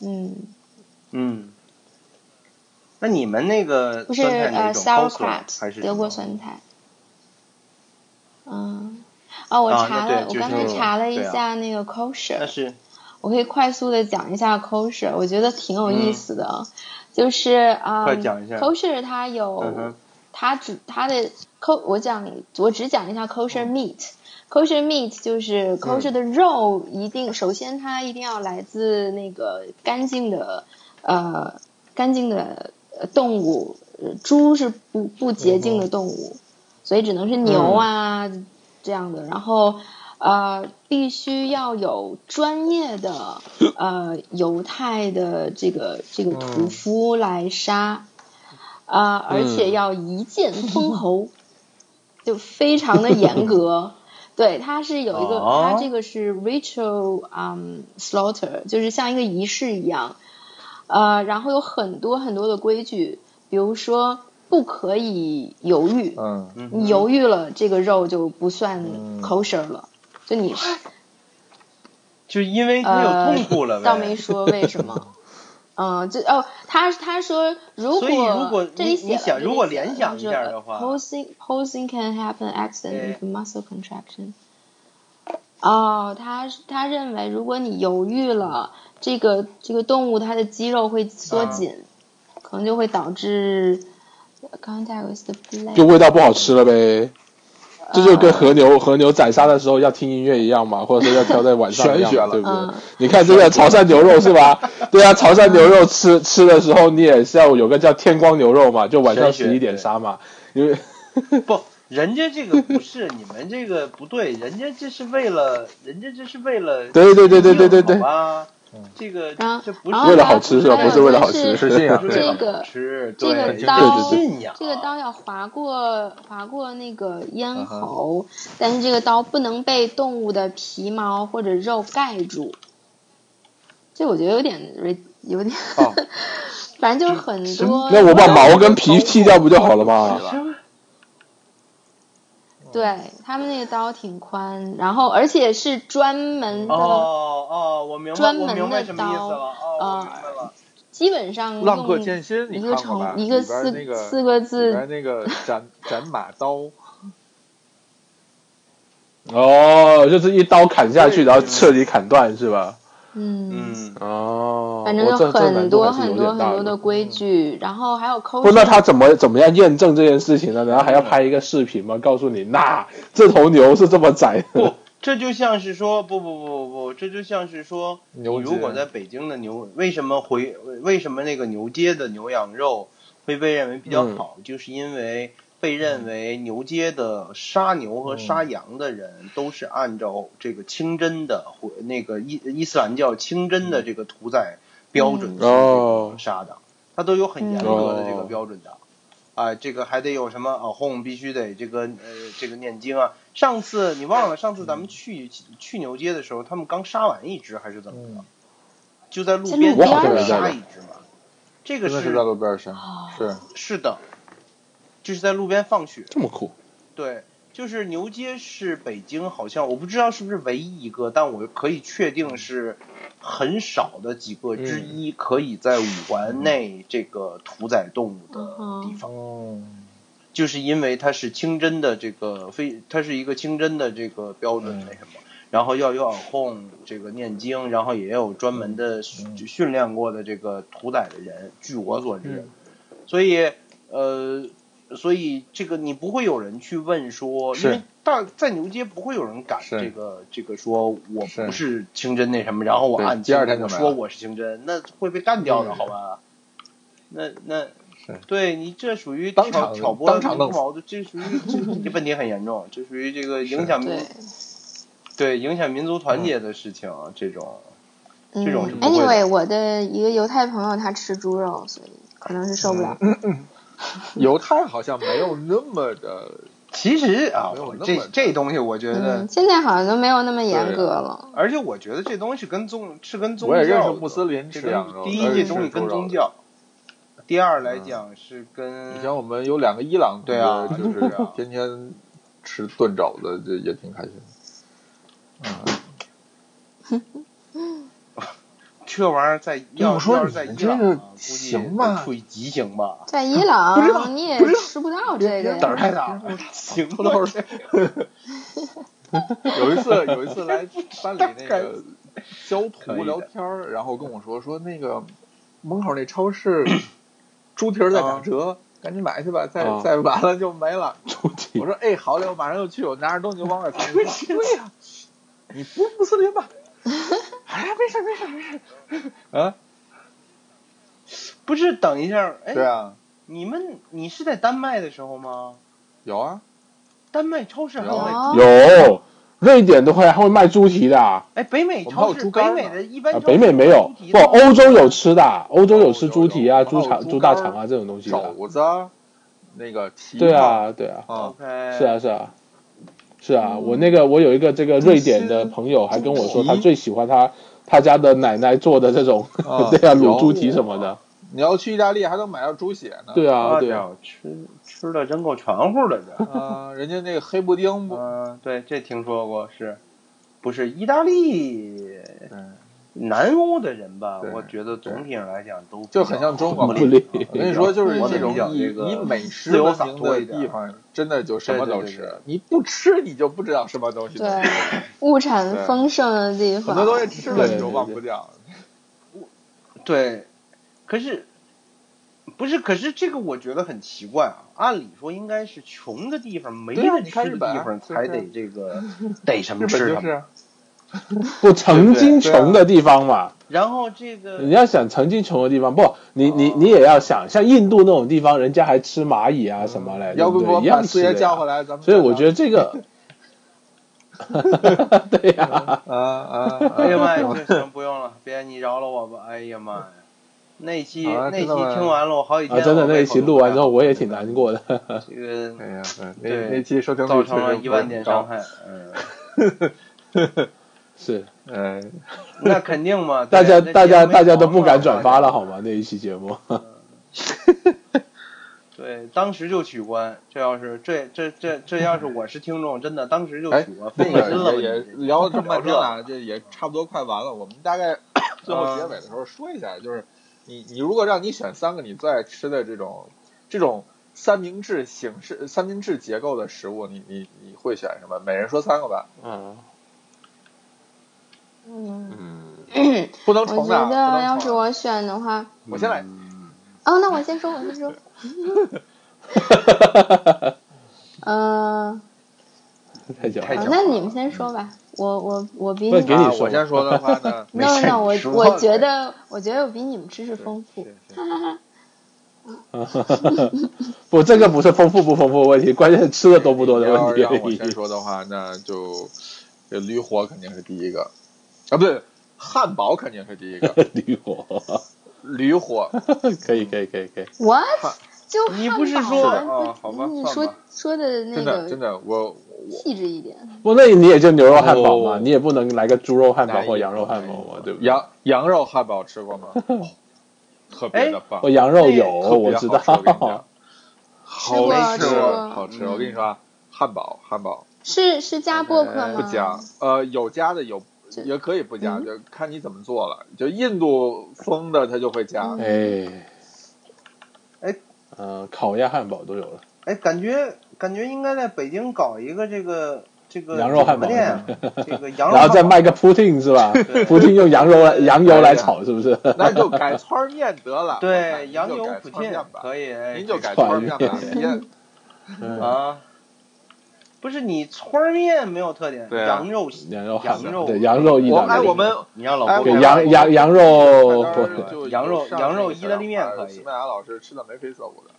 S4: 嗯，
S3: 嗯。那你们那个
S4: 不是
S3: 酸菜哪
S4: 呃
S3: 种 Coleslaw 还
S4: sauerkraut
S3: 是
S4: 德国
S3: 什么
S4: 酸菜，嗯，哦，我
S3: 啊
S4: 查
S3: 那对
S4: 了，
S3: 就
S4: 我刚才
S3: 是
S4: 查了一
S3: 对啊
S4: 下那个 kosher，
S3: 那是
S4: 我可以快速的讲一下 kosher，我觉得挺有意思的，就是
S3: 嗯
S4: 啊、
S3: 快讲一下
S4: k o s h e r 它有、
S3: 嗯哼
S4: 它主它的 ko 我讲我只讲一下 kosher meat、kosher meat 就是 kosher 的肉，一定、首先它一定要来自那个干净的呃干净的呃动物，呃猪是不不洁净的动物，所以只能是牛啊、这样的。然后呃，必须要有专业的呃犹太的这个这个屠夫来杀，呃，而
S1: 嗯
S4: 且要一剑封喉，就非常的严格。对，它是有一个，
S3: 哦
S4: 它这个是 ritual um slaughter，就是像一个仪式一样，呃，然后有很多很多的规矩，比如说不可以犹豫，
S1: 嗯
S3: 嗯哼
S4: 你犹豫了，这个肉就不算
S1: 嗯
S4: kosher 了。就你
S3: 就因为它有
S4: 呃
S3: 痛苦了，呗。
S4: 倒没说为什 么。嗯，就哦，他他说如
S3: 所以如果
S4: 果这里
S3: 你
S4: 写
S3: 你想
S4: 了这里
S3: 如果
S4: 写了
S3: 联想一下
S4: 就是呃
S3: 的话
S4: posing posing can happen accident
S3: 哎
S4: with muscle contraction。哦，他他认为如果你犹豫了，这个这个动物它的肌肉会缩
S3: 啊
S4: 紧，可能就会导致 contact with the blade。
S2: 就味道不好吃了呗。
S4: 啊
S2: 这就跟和牛和牛宰杀的时候要听音乐一样嘛，或者说要挑在晚上一样
S1: 玄学
S2: 嘛，
S1: 了
S2: 对不对
S4: 嗯？
S2: 你看这个潮汕牛肉 是吧？对啊，潮汕牛肉吃吃的时候，你也是要有个叫天光牛肉嘛，就晚上
S3: 玄学
S2: 十一点杀嘛，因为
S3: 不，人家这个不是你们这个不对，人家这是为了，人家这是为了
S2: 对对对对对对对
S3: 好啊，这个
S4: 然后
S3: 这不
S4: 嗯然
S3: 是
S4: 后
S2: 为了
S4: 还
S2: 好吃是吧？
S4: 还
S2: 不
S4: 有
S2: 是为了好
S4: 就是
S2: 吃，
S1: 是信仰
S3: 不是
S1: 这
S3: 为了
S1: 个
S3: 好吃，
S4: 这个
S3: 对
S4: 这个刀
S3: 信仰，
S4: 这个刀要划过划过那个咽喉，但是这个刀不能被动物的皮毛或者肉盖住。这我觉得有点 ri- 有点，
S1: 哦
S4: 反正就是很
S3: 什
S4: 多。
S2: 那我把
S4: 肉
S2: 毛跟皮剃掉不就好了吗？
S3: 什么
S4: 对他们那个刀挺宽，然后而且是专门的，
S3: 哦哦，我明白，
S4: 专
S3: 我
S4: 门
S3: 明白
S4: 的啊
S3: 什么意思了，哦，我明白了，
S4: 基本上
S1: 浪客
S4: 用
S1: 剑心
S4: 嗯一
S1: 你
S4: 个
S1: 看过吧
S4: 成？一个
S1: 里边
S4: 四
S1: 那个
S4: 四个
S1: 里
S4: 字
S1: 边那个斩斩马刀，
S2: 哦，就是一刀砍下去，
S1: 对
S2: 然后彻底砍断是吧？
S4: 嗯，
S3: 嗯，
S2: 哦，
S4: 反正
S2: 我
S4: 就
S2: 这这
S4: 很
S2: 难度
S4: 多
S2: 还是有
S4: 很多
S2: 点
S4: 很
S2: 大嗯
S4: 多的规矩，然后还有抠
S2: 不，那
S4: 手
S2: 他怎么怎么样验证这件事情呢？然后还要
S1: 嗯
S2: 拍一个视频吗？告诉你，那这头牛是这么宰的。
S3: 不，这就像是说，不不不不不，这就像是说，你
S1: 牛
S3: 如果
S1: 街
S3: 在北京的牛，为什么回为什么那个牛街的牛羊肉会被认为比较
S2: 嗯
S3: 好，就是因为被认为牛街的杀牛
S1: 嗯
S3: 和杀羊的人都是按照这个清真的或那个伊伊斯兰教清
S1: 嗯
S3: 真的这个屠宰标准去这
S2: 哦
S3: 个杀的，它都有很严格的
S1: 哦
S3: 这个
S2: 嗯
S3: 标准的。啊，这个还得有什么啊？哄必须得这个呃，这个念经啊。上次你忘了，上次咱们去去牛街的时候，他们刚杀完一只还是怎么着？就在路
S4: 在
S3: 边
S4: 路边
S2: 我好像
S3: 就
S2: 没在
S3: 杀
S2: 过
S3: 一只嘛。这个
S1: 真的是
S3: 是
S1: 在路边上，
S4: 啊，
S1: 是
S3: 是的，就是在路边放血。
S2: 这么酷，
S3: 对，就是牛街是北京好像我不知道是不是唯一一个，但我可以确定是很少的几个之
S1: 嗯
S3: 一，可以在五环内这个屠宰动物
S4: 嗯
S3: 的地方。
S1: 哦，
S3: 就是因为它是清真的这个非，它是一个清真的这个标准
S1: 嗯
S3: 那什么，然后要有耳控这个念经，然后也有专门
S1: 嗯
S3: 的训训练过的这个屠宰的人，据我所
S1: 嗯
S3: 知，所以呃，所以这个你不会有人去问说，因
S1: 是
S3: 为大在牛街不会有人敢
S1: 是
S3: 这个这个说我
S1: 是
S3: 不是清真那什么，然后我
S1: 对
S3: 按
S1: 第二天
S3: 我
S1: 就没
S3: 说
S1: 了
S3: 我是清真，那会被干掉的
S2: 嗯
S3: 好吧？那那
S1: 是
S3: 对你这属于
S1: 当
S3: 挑
S1: 场
S3: 挑拨
S1: 当场
S3: 民
S1: 弄
S3: 族
S1: 死
S3: 矛盾，这属于这这问题很严重，这属于这个影响民
S4: 对。
S3: 对影响民族团结的事情，啊，这种这种是
S4: 嗯
S3: 不会的
S4: ，anyway，我的一个犹太朋友他吃猪肉，所以可能是受
S1: 嗯
S4: 不了。
S1: 犹太好像没有那么的，
S3: 其实啊
S1: 没有，那么
S3: 这这东西我觉得，
S4: 嗯，现在好像都没有那么严格了。
S3: 而且我觉得这东西跟宗是跟宗
S1: 我
S3: 教
S1: 也
S3: 的，
S1: 认识穆斯林
S3: 这
S1: 吃
S3: 跟
S1: 羊肉，
S3: 第一
S1: 而且吃
S3: 这东西跟
S1: 猪肉
S3: 宗
S1: 的。
S3: 教，
S1: 嗯
S3: 第二来讲是跟
S1: 以前我们有两个伊朗同
S3: 对啊
S1: 学，就
S3: 就是这
S1: 是
S3: 样
S1: 天天吃炖肘子，这也挺开心。
S3: 这玩意儿在
S1: 对
S3: 要
S1: 我说
S3: 要是
S1: 你
S3: 在
S1: 们
S3: 伊
S1: 这
S3: 朗
S1: 个
S3: 啊，估计
S1: 行
S3: 得
S1: 吗
S3: 处以极刑吧，
S4: 在伊
S1: 不知道
S4: 朗你也
S1: 不知道
S4: 吃不到这个
S3: 胆儿
S4: 呀，
S3: 太大了，行
S1: 偷偷
S3: 吧，这
S1: 有一次，有一次来班里那
S3: 该
S1: 个教
S3: 可以
S1: 徒
S3: 的
S1: 聊天儿，然后跟我说说那个门口那超 市猪蹄儿在
S2: 嗯
S1: 打折，赶紧买去吧，再
S2: 啊
S1: 再晚了就没了。
S2: 猪蹄
S1: 我说哎，好嘞，我马上就去，我拿着东西就往外跑。我说对呀，你不是穆斯林吧？ 哎呀，没事儿没事儿没事儿。啊，
S3: 不是等一下，哎，
S1: 对啊，
S3: 你们你是在丹麦的时候吗？
S1: 有啊，
S3: 丹麦超市还
S1: 有
S3: 卖，
S4: 哦
S2: 有，瑞典的会还会卖猪蹄的啊，
S3: 哎，北美
S1: 我们还
S3: 超
S1: 有
S3: 市，
S1: 猪
S3: 北
S1: 肝
S3: 美
S1: 呢
S3: 的一
S2: 啊
S3: 般超市
S2: 北美没有
S3: 猪蹄，
S2: 不，
S3: 的
S2: 欧洲有吃的，啊欧洲有吃
S1: 有
S2: 猪蹄
S1: 有哦
S2: 啊、
S1: 有
S2: 猪
S1: 还有
S2: 肠、
S1: 猪
S2: 猪大
S1: 肝儿
S2: 肠啊这种东西的。
S1: 肘子啊，那个蹄
S2: 对
S1: 膀
S2: 啊，对啊，
S1: 啊，
S3: ，OK，
S2: 是啊，是啊，是
S1: 嗯
S2: 啊。我那个我有一个这个瑞典的朋友还跟我说，他最喜欢他他家的奶奶做的这种，
S1: 啊
S2: 对啊，
S1: 有
S2: 卤猪蹄什么的。
S1: 你要去意大利还能买到猪血呢。
S2: 对啊，
S3: 我
S2: 对啊，
S3: 操，吃吃的真够全乎的 这，
S1: 啊，人家那个黑布丁不
S3: 嗯嗯，对，这听说过是，不是意大利？
S1: 嗯，
S3: 南欧的人吧，
S1: 对
S3: 我觉得总体上来讲都
S1: 就很像中国
S3: 国
S1: 嘛
S2: 不利。
S1: 我跟你说，就是
S3: 我
S1: 这
S3: 得
S1: 种
S3: 比较
S1: 以
S3: 这个
S1: 以美
S3: 自
S1: 食
S3: 由
S1: 闻
S3: 洒
S1: 名
S3: 脱
S1: 的
S3: 一点
S1: 地方，真的就什么都
S3: 对对对
S1: 吃，你不吃你就不知道什么东西能
S4: 对
S1: 吃。，
S4: 物产
S1: 对
S4: 丰盛的地
S1: 很
S4: 方，
S1: 多东西吃了
S2: 对
S1: 你就
S2: 对
S1: 忘
S2: 对
S1: 不掉。
S3: 对，可是不是？可是这个我觉得很奇怪啊！按理说应该是穷的地方没
S1: 对啊
S3: 得
S1: 你看
S3: 吃
S1: 日
S3: 的
S1: 本啊
S3: 地方
S1: 就是
S3: 才得这个逮什
S1: 日
S3: 么
S1: 本
S3: 吃
S1: 就
S3: 什
S1: 是
S3: 么，
S1: 啊，
S2: 不曾经
S1: 对对啊
S2: 穷的地方嘛，
S3: 然后这个
S2: 你要想曾经穷的地方，不，你你你也要想，像印度那种地方，人家还吃蚂蚁啊什么嘞，
S1: 要嗯不
S2: 对对
S1: 我
S2: 一
S1: 把
S2: 样
S1: 四
S2: 吃
S1: 爷
S2: 的
S1: 叫回
S2: 呀。
S1: 来，咱们
S2: 所以我觉
S1: 得
S2: 得这个， 对呀、
S1: 啊啊，
S3: 哎呀妈呀，
S1: 我
S3: 行行，不用了，别你饶了我吧！哎呀妈呀，那期、
S1: 好啊
S3: 那
S1: 真
S3: 期
S1: 的吗
S3: 听完了，我好几天
S2: 啊，真的
S3: 我
S2: 那
S3: 胃
S2: 一
S3: 口
S2: 期
S3: 都
S2: 录
S3: 不
S2: 完
S3: 太
S2: 之后，
S3: 好
S2: 我也
S3: 这
S2: 挺
S3: 个
S2: 难过 的。
S3: 这个
S1: 哎呀，对
S3: 对
S1: 那那期收听率
S3: 造成
S1: 确
S3: 了
S1: 实
S3: 一
S1: 不是
S3: 万
S1: 很
S3: 点
S1: 高
S3: 伤，害，嗯，
S2: 是，
S1: 哎，
S3: 那肯定嘛，
S2: 大家
S3: 对
S2: 大家
S3: 那节目
S2: 大
S3: 没
S2: 家都
S3: 黄
S1: 啊
S2: 不敢
S3: 段
S2: 转发了好
S3: 吗？
S2: 吗？那一期节目，
S3: 对，当时就取关，这要是这这这这要是我是听众，真的当时就
S1: 哎
S3: 取 关，
S1: 这
S3: 分隐私了吧
S1: 个也
S3: 你
S1: 聊了这么半天
S3: 聊这
S1: 了，这也差不多快完了。我们大 概最后结尾的时
S2: 呃
S1: 候说一下，就是你你如果让你选三个你最爱吃的这种这种三明治形式、三明治结构的食物，你你你会选什么？每人说三个吧，
S2: 嗯
S4: 嗯，
S2: 嗯，
S1: 不能
S4: 我
S1: 重的啊，
S4: 觉
S1: 不能重
S4: 得
S1: 的
S4: 要是我选的话，
S1: 我
S3: 哎
S1: 先来，
S2: 嗯
S1: 啊
S4: 哦，那我先说，我先说，嗯、
S2: 太久
S3: 太
S4: 好
S3: 久
S2: 了，啊
S4: 那你们先说吧，我我我比
S2: 不
S4: 你，
S2: 给你
S1: 啊
S2: 说
S1: 我先说的话呢
S4: no
S3: 事
S4: no，我
S3: 你说
S4: 我觉
S3: 呗
S4: 得我觉得我比你们知识丰富，
S1: 是是
S2: 不，这个不是丰富不丰富的问题，关键是吃的多不多的问
S1: 你要让我
S2: 题
S1: 先。说的话，那就这驴火肯定是第一个，啊，不对，汉堡肯定是第一个，
S2: 驴火，
S1: 驴 火
S2: 可以可以可以可以，
S4: what
S1: 汉
S4: 就
S3: 你
S4: 汉
S3: 不是
S4: 堡
S3: 说
S4: 啊
S3: 哦好吧
S4: 你
S3: 算
S4: 说
S3: 吧
S4: 说的那
S1: 真的真
S4: 个
S1: 的，我我
S4: 细致一点，
S2: 不，那你也就牛肉汉堡嘛，
S1: 哦
S2: 你也不能来个猪肉汉堡
S1: 难以
S2: 或羊肉汉堡嘛
S1: 难，以
S2: 对不对？
S1: 羊羊肉汉堡吃 过吗？特别的棒
S2: 哦，，羊肉有，
S1: 特
S2: 我
S1: 别
S2: 知道。
S1: 好吃，我跟你讲，好
S4: 吃过吃
S1: 吃
S4: 过
S1: 好吃，
S3: 嗯嗯
S1: 我跟你说啊，汉堡汉堡
S4: 是是
S3: 哎
S4: 加薄荷
S1: 不
S4: 吗？
S1: 加，呃，有加的有。
S4: 这
S1: 也可以不加，
S4: 嗯
S1: 就看你怎么做了。就印度风的，它就会加。
S4: 嗯
S2: 哎，
S3: 哎，
S2: 嗯，烤鸭汉堡都有了，
S3: 哎，感觉感觉应该在北京搞一个这个这个
S2: 羊肉汉堡
S3: 什么店，这 个羊肉
S2: 然后再
S3: 汉堡
S2: 卖个 poutine 是吧
S3: 对
S2: ？poutine 用羊肉来羊油来炒是不是？
S1: 那就改汆儿面得了。我看
S3: 对
S1: 您
S3: 羊
S1: 就
S3: 油
S1: 改
S3: 普
S1: 汆儿
S3: 沁
S1: 面吧，
S3: 可以，哎
S1: 您就改汆
S2: 汆
S1: 儿
S2: 儿
S1: 面
S2: 面
S1: 吧，别
S2: 嗯，
S3: 啊，不是你汆儿面没有特点，
S1: 对啊
S3: 羊肉
S2: 羊肉汉
S3: 羊
S2: 堡，
S3: 肉
S2: 对，羊 肉意
S1: 我
S2: 大
S1: 哎
S2: 利面，
S1: 我们
S3: 你让
S1: 哎
S3: 老
S1: 我
S3: 郭
S2: 对
S1: 们
S3: 开
S2: 羊羊羊肉
S1: 菜单 儿就
S3: 羊肉
S1: 上
S3: 羊
S1: 那个呃
S3: 肉意大利面可以
S1: 西班牙老师吃的眉飞色舞的。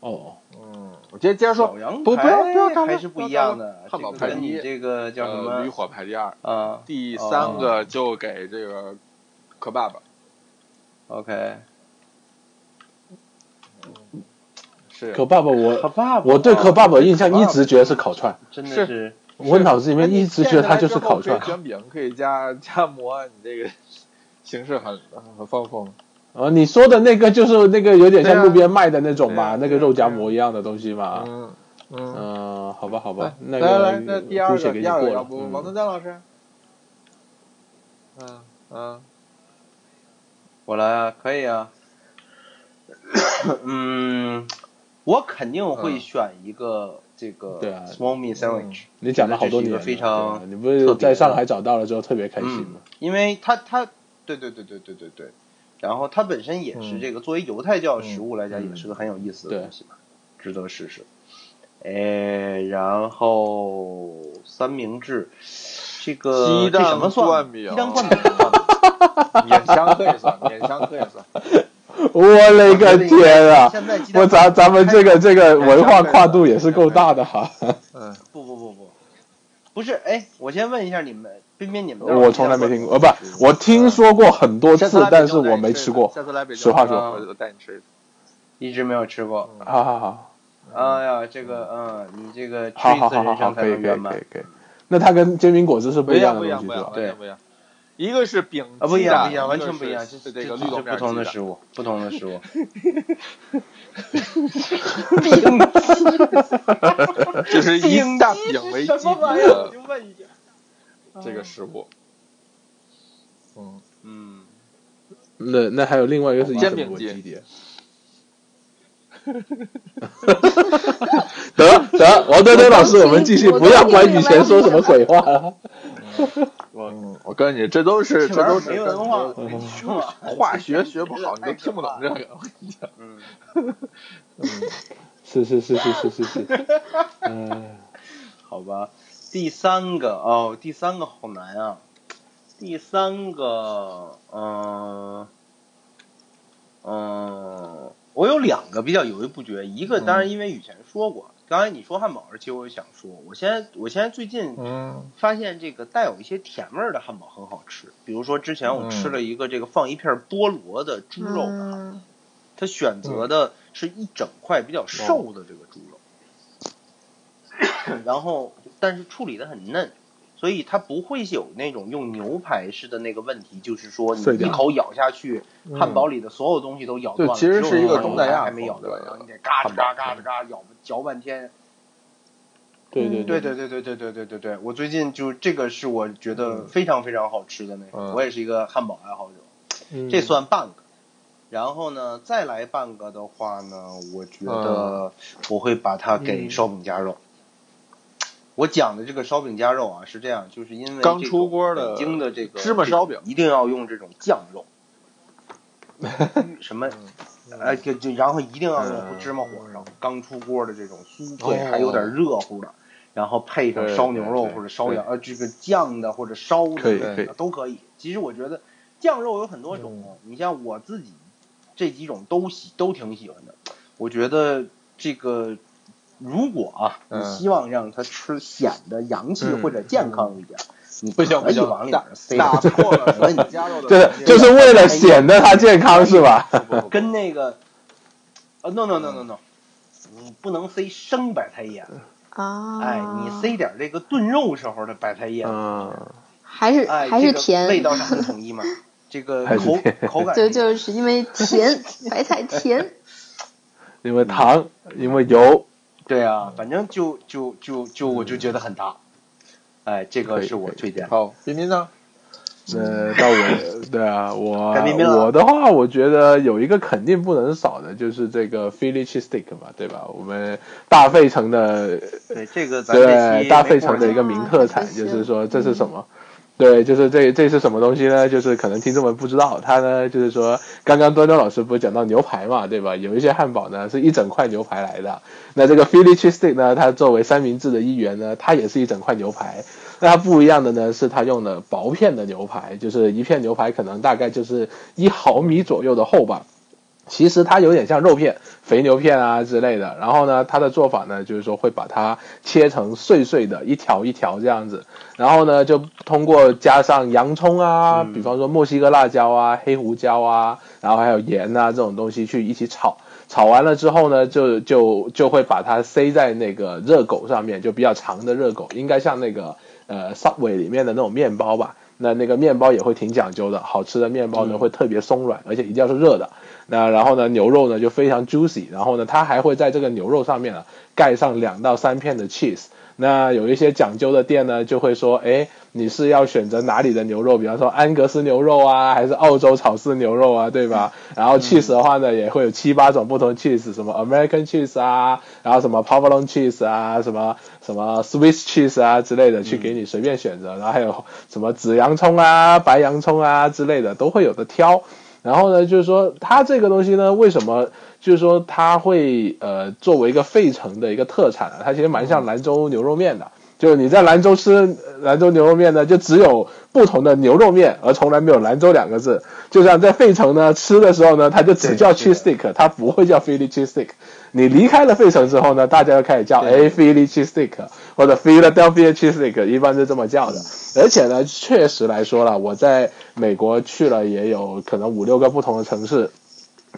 S2: 哦，
S1: 嗯，我接接着说
S3: 小，羊
S1: 不不要不要
S3: 排
S1: 讨论
S3: 还是不一样的，
S1: 不要讨论汉堡
S3: 这个跟
S1: 排第一
S3: 你这个叫什
S1: 呃，驴
S3: 么
S1: 火排第二，
S3: 啊？
S1: 第三
S3: 哦
S1: 个就给这个可爸爸
S3: OK，
S1: 是
S2: 可爸爸
S3: 可
S2: 我
S3: 爸爸，
S2: 我对可爸爸印象一
S3: 可爸
S2: 直觉得是烤串，
S3: 爸真的是
S2: 我脑子里
S1: 哎
S2: 面一直觉得它就是烤
S1: 可以
S2: 串，
S1: 卷饼，可以加加馍，你这个形式很很丰富。
S2: 啊，你说的那个就是那个有点
S1: 对啊
S2: 像路边卖的那种
S1: 对啊
S2: 嘛，那
S1: 对
S2: 个
S1: 啊
S2: 肉夹
S1: 对啊
S2: 馍一样的东西嘛，
S1: 嗯嗯。
S2: 啊嗯，好吧，好
S1: 来
S2: 吧，那
S1: 来
S2: 个
S1: 来，那第二
S2: 姑且
S1: 个，
S2: 给
S1: 第
S2: 你
S1: 二
S2: 过
S1: 个，要
S2: 了。
S1: 不
S2: 嗯
S1: 王德江老师？嗯 嗯，
S3: 我来啊，可以啊。 嗯，我肯定会
S1: 嗯
S3: 选一个这个
S2: 对啊嗯
S3: small meat sandwich，
S2: 你讲了好多年
S3: 这
S2: 了，
S3: 是一个非
S2: 对啊
S3: 常
S2: 你不是在上海找到了之后特别开心
S3: 嗯
S2: 吗？，
S3: 因为它它对对对对对对对，然后它本身也是
S1: 嗯
S3: 这个作为犹太教食物来讲，
S2: 嗯
S3: 也是个很有意思的
S2: 对
S3: 东西嘛，值得试试。哎，然后三明治，这个
S1: 鸡蛋
S3: 这什么算
S1: 灌
S3: 吗？
S1: 饼
S3: 鸡蛋灌饼算吗？
S1: 勉强可以算，勉强可以 算。嗯
S2: 我勒个天啊！
S3: 现在鸡蛋
S2: 我咱咱们这个这个文化跨度也是够大的哈，
S1: 嗯，
S3: 不不不不，不是哎，我先问一下你们，彬彬你们那儿
S2: 我从来没听过，呃，不，我听说过很多
S1: 下次
S2: 次
S1: 来，北
S2: 但
S1: 京
S2: 是我没吃过。
S1: 下次来北京，嗯
S2: 实话
S3: 说
S1: 我我带你吃一次。
S3: 一直没有吃过。
S1: 嗯
S2: 好好好，
S3: 哎呀，这个嗯，你这个吃
S2: 好
S3: 一
S2: 好
S3: 次
S2: 好好
S3: 人
S2: 好，
S3: 生才
S2: 可以
S3: 能
S2: 可以
S3: 圆
S2: 可
S3: 满
S2: 以。可以。那它跟煎饼果子是
S1: 不
S2: 一
S1: 样，
S2: 的
S1: 不一
S2: 东
S1: 样，
S2: 西
S1: 不一
S2: 是
S1: 样，
S2: 吧？
S1: 完全不一样。一个是饼
S3: 啊，不一
S1: 鸡
S3: 样，
S1: 蛋，
S3: 不一样，完全
S1: 个
S3: 不一样，
S1: 是
S3: 这
S1: 是这
S3: 这
S1: 个
S3: 这
S1: 绿
S3: 是
S1: 豆面
S3: 不同的
S1: 鸡
S3: 食
S1: 蛋。
S3: 物，不同的食物。
S1: 就是一大饼为基
S3: 什么
S1: 底
S3: 玩意儿？我
S1: 的
S3: 就问一下。
S1: 这个食物。嗯，
S3: 嗯，
S2: 那那还有另外一个是以
S1: 煎
S2: 什么
S1: 饼
S2: 为
S1: 机
S2: 基底？ 得得，王丹丹老师，我们继续，
S4: 我
S2: 不要
S4: 刚
S2: 管
S4: 听
S2: 以
S4: 明白
S2: 前说什么鬼话了。
S3: 我
S1: 嗯，我跟你，这都是
S3: 这
S1: 这
S3: 玩意
S1: 都
S3: 儿
S1: 是
S3: 没文化，我跟你说啊，
S1: 化学学不好，你都听不懂这
S3: 个。
S1: 个。
S3: 嗯，
S2: 是是是是是是是，嗯，
S3: 好吧，第三个哦，第三个好难啊，第三个，嗯、嗯、呃我有两个比较犹豫不决，一
S1: 嗯
S3: 个当然因为以前说过，刚才你说汉堡，而且我也想说，我现在我现在最近
S1: 嗯
S3: 发现这个带有一些甜味儿的汉堡很好吃，比如说之前我
S1: 嗯
S3: 吃了一个这个放一片菠萝的猪肉的汉堡，
S4: 嗯
S3: 它选择的是一整块比较瘦的这个猪肉，然后但是处理的很嫩，所以它不会有那种用牛排式的那个问题，就是说你
S2: 碎
S3: 一
S2: 掉
S3: 口咬下去，
S1: 嗯
S3: 汉堡里的所有东西都咬断了，
S1: 就其实是一个东
S3: 中
S1: 南亚
S3: 还没咬
S1: 风
S3: 断，
S1: 对
S3: 然后你得嘎吱嘎
S1: 汉堡
S3: 嘎吱嘎咬嚼半天。
S2: 对对
S3: 对对对对对对对对对，我最近就这个是我觉得非常非常好吃的那种，
S1: 嗯
S3: 我也是一个汉堡爱好者。
S2: 嗯
S3: 这算半个。然后呢，再来半个的话呢，我觉
S1: 嗯
S3: 得我会把它给
S2: 嗯
S3: 烧饼夹肉。我讲的这个烧饼夹肉啊，是这样，就是因为
S1: 刚
S3: 这种
S1: 出锅的
S3: 北京的这个
S1: 芝麻烧饼
S3: 一定要用这种酱 肉，什么哎，就就然后一定要用芝麻火
S1: 嗯
S3: 烧，刚出锅的这种酥脆，
S1: 哦
S3: 还有点热乎的，然后配上烧牛肉
S1: 对对对
S3: 或者烧羊，呃，这个酱的或者烧的
S2: 可以
S1: 嗯
S3: 这个
S2: 可以
S3: 都可以。其实我觉得酱肉有很多种，你像我自己这几种都喜都挺喜欢的。我觉得这个如果啊，你
S1: 嗯
S3: 希望让它吃显得洋气
S1: 嗯
S3: 或者健康一点，你
S1: 不行
S3: 可
S1: 不
S3: 以
S1: 行
S3: 往，里
S1: 打
S3: 面塞
S1: 打
S3: 点
S1: 破了
S3: 没问题
S1: 本加肉的
S2: 就
S1: 边
S2: 是
S1: 界，
S2: 就是为了显得它健康是吧？
S1: 不不不
S3: 跟那个呃、n o no no no no，你不能塞生白菜叶子。
S4: 啊，
S3: 哎，你塞点这个炖肉时候的白菜叶 子，
S2: 嗯，
S4: 还是
S3: 哎，
S4: 还
S3: 这
S4: 是
S3: 个味
S4: 甜，
S3: 道上不统一嘛，这个
S2: 还是
S3: 口
S2: 甜
S3: 口感
S4: 对，
S3: 上不
S4: 就是因为 甜，白菜甜，
S2: 因为糖，因为油，
S3: 对啊，反正就就就就我就觉得很搭，哎，这
S2: 可
S3: 个
S2: 以
S3: 是我
S2: 可以
S3: 推荐 的，
S1: 好，彬彬呢？
S2: 呃，到我对啊， 我
S3: 该冰冰了
S2: 我的话，我觉得有一个肯定不能少的就是这个 Philly cheese steak 嘛，对吧？我们大费城的
S3: 对这个咱这
S2: 对
S3: 期
S2: 大
S3: 没
S2: 费
S3: 空
S2: 城的一
S3: 讲
S2: 个名特产
S4: 啊，这个
S2: 就是
S4: 是
S2: 说
S3: 嗯
S2: 这是什么？对，就是这这是什么东西呢？就是可能听众们不知道，它呢就是说，刚刚端端老师不是讲到牛排嘛，对吧？有一些汉堡呢是一整块牛排来的，那这个 Philly cheese steak 呢，它作为三明治的一员呢，它也是一整块牛排。 那它不一样的呢，是它用的薄片的牛排，就是一片牛排可能大概就是一毫米左右的厚吧。其实它有点像肉片、肥牛片啊之类的。然后呢，它的做法呢，就是说会把它切成碎碎的，一条一条这样子。然后呢，就通过加上洋葱啊，
S3: 嗯
S2: 比方说墨西哥辣椒啊、黑胡椒啊，然后还有盐啊这种东西去一起炒。炒完了之后呢，就就就会把它塞在那个热狗上面，就比较长的热狗，应该像那个呃 Subway 里面的那种面包吧。那那个面包也会挺讲究的，好吃的面包呢
S3: 嗯
S2: 会特别松软，而且一定要是热的。那然后呢，牛肉呢就非常 juicy，然后呢，它还会在这个牛肉上面啊盖上两到三片的 cheese。那有一些讲究的店呢，就会说，哎，你是要选择哪里的牛肉？比方说安格斯牛肉啊，还是澳洲草饲牛肉啊，对吧？然后 cheese 的话呢，也会有七八种不同 cheese，什么 American cheese 啊，然后什么 provolone cheese 啊，什么什么 Swiss cheese 啊之类的，去给你随便选择。然后还有什么紫洋葱啊、白洋葱啊之类的，都会有的挑。然后呢，就是说它这个东西呢，为什么就是说它会呃作为一个费城的一个特产啊，它其实蛮像兰州牛肉面的。就是你在兰州吃呃兰州牛肉面呢，就只有不同的牛肉面，而从来没有兰州两个字。就像在费城呢吃的时候呢，它就只叫
S3: 对
S2: cheese
S3: 是的
S2: stick，它不会叫 Philly cheese stick。你离开了费城之后呢，大家就开始叫哎 Philly cheese stick 或者 Philadelphia cheese stick，一般是这么叫的。而且呢，确实来说了，我在美国去了也有可能五六个不同的城市，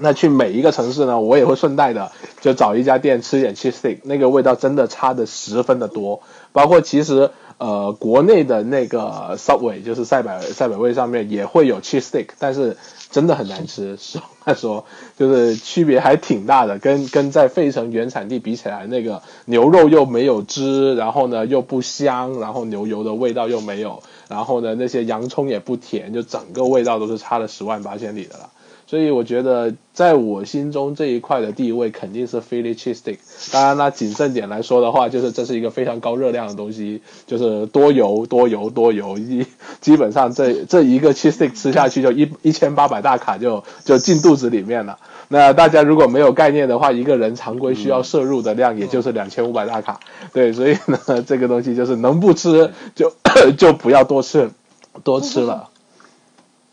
S2: 那去每一个城市呢，我也会顺带的就找一家店吃一点 cheese steak，那个味道真的差的十分的多。包括其实呃国内的那个 Subway，就是赛百赛百味上面也会有 cheese stick，但是真的很难吃。实话说，就是区别还挺大的，跟跟在费城原产地比起来，那个牛肉又没有汁，然后呢又不香，然后牛油的味道又没有，然后呢那些洋葱也不甜，就整个味道都是差了十万八千里的了。所以我觉得，在我心中这一块的地位肯定是 Philly cheese stick。当然啦，谨慎点来说的话，就是这是一个非常高热量的东西，就是多油、多油、多油，一基本上这这一个 cheese stick 吃下去就一一千八百大卡就就进肚子里面了。那大家如果没有概念的话，一个人常规需要摄入的量也就是两千五百大卡。对，所以呢，这个东西就是能不吃就 就不要多吃，多吃了。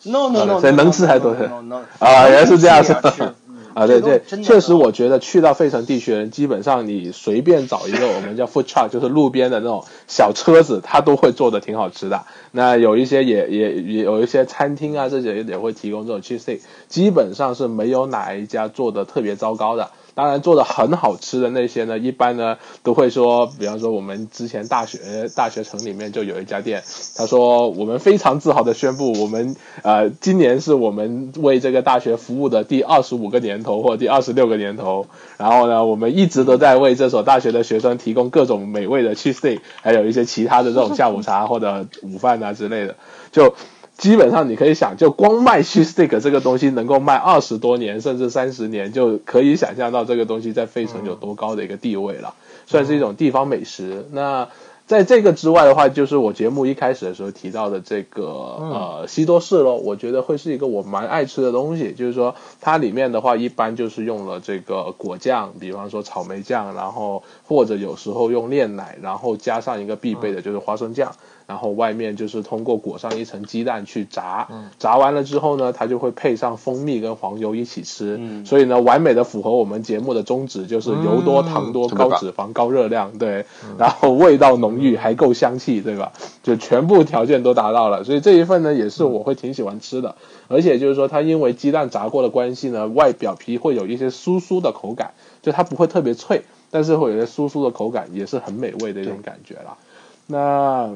S3: No no no，
S2: 呃所以能吃还多吃
S3: no, no, no, no,
S2: 啊原来是这样
S3: 能吃也要吃嗯
S2: 啊，
S3: 这
S2: 对
S3: 都
S2: 对，
S3: 真的
S2: 确实，我觉得去到费城地区的人，基本上你随便找一个我们叫 food truck，就是路边的那种小车子，它都会做的挺好吃的。那有一些也也也有一些餐厅啊，这些也会提供这种 cheese stick，基本上是没有哪一家做的特别糟糕的。当然，做的很好吃的那些呢，一般呢都会说，比方说我们之前大学大学城里面就有一家店，他说我们非常自豪的宣布，我们呃今年是我们为这个大学服务的第二十五个年头或第二十六个年头，然后呢，我们一直都在为这所大学的学生提供各种美味的 cheese steak，还有一些其他的这种下午茶或者午饭啊之类的，就。基本上你可以想，就光卖 cheese stick 这个东西能够卖二十多年甚至三十年，就可以想象到这个东西在费城有多高的一个地位了，算是一种地方美食。那在这个之外的话，就是我节目一开始的时候提到的这个呃西多士咯，我觉得会是一个我蛮爱吃的东西。就是说它里面的话，一般就是用了这个果酱，比方说草莓酱，然后或者有时候用炼奶，然后加上一个必备的就是花生酱。然后外面就是通过裹上一层鸡蛋去炸，炸完了之后呢，它就会配上蜂蜜跟黄油一起吃，
S3: 嗯
S2: 所以呢，完美的符合我们节目的宗旨，就是油多、糖多、
S1: 特别棒
S2: 高脂肪、高热量，对，然后味道浓郁，还够香气，对吧？就全部条件都达到了，所以这一份呢，也是我会挺喜欢吃的，而且就是说它因为鸡蛋炸过的关系呢，外表皮会有一些酥酥的口感，就它不会特别脆，但是会有一些酥酥的口感，也是很美味的一种感觉啦。那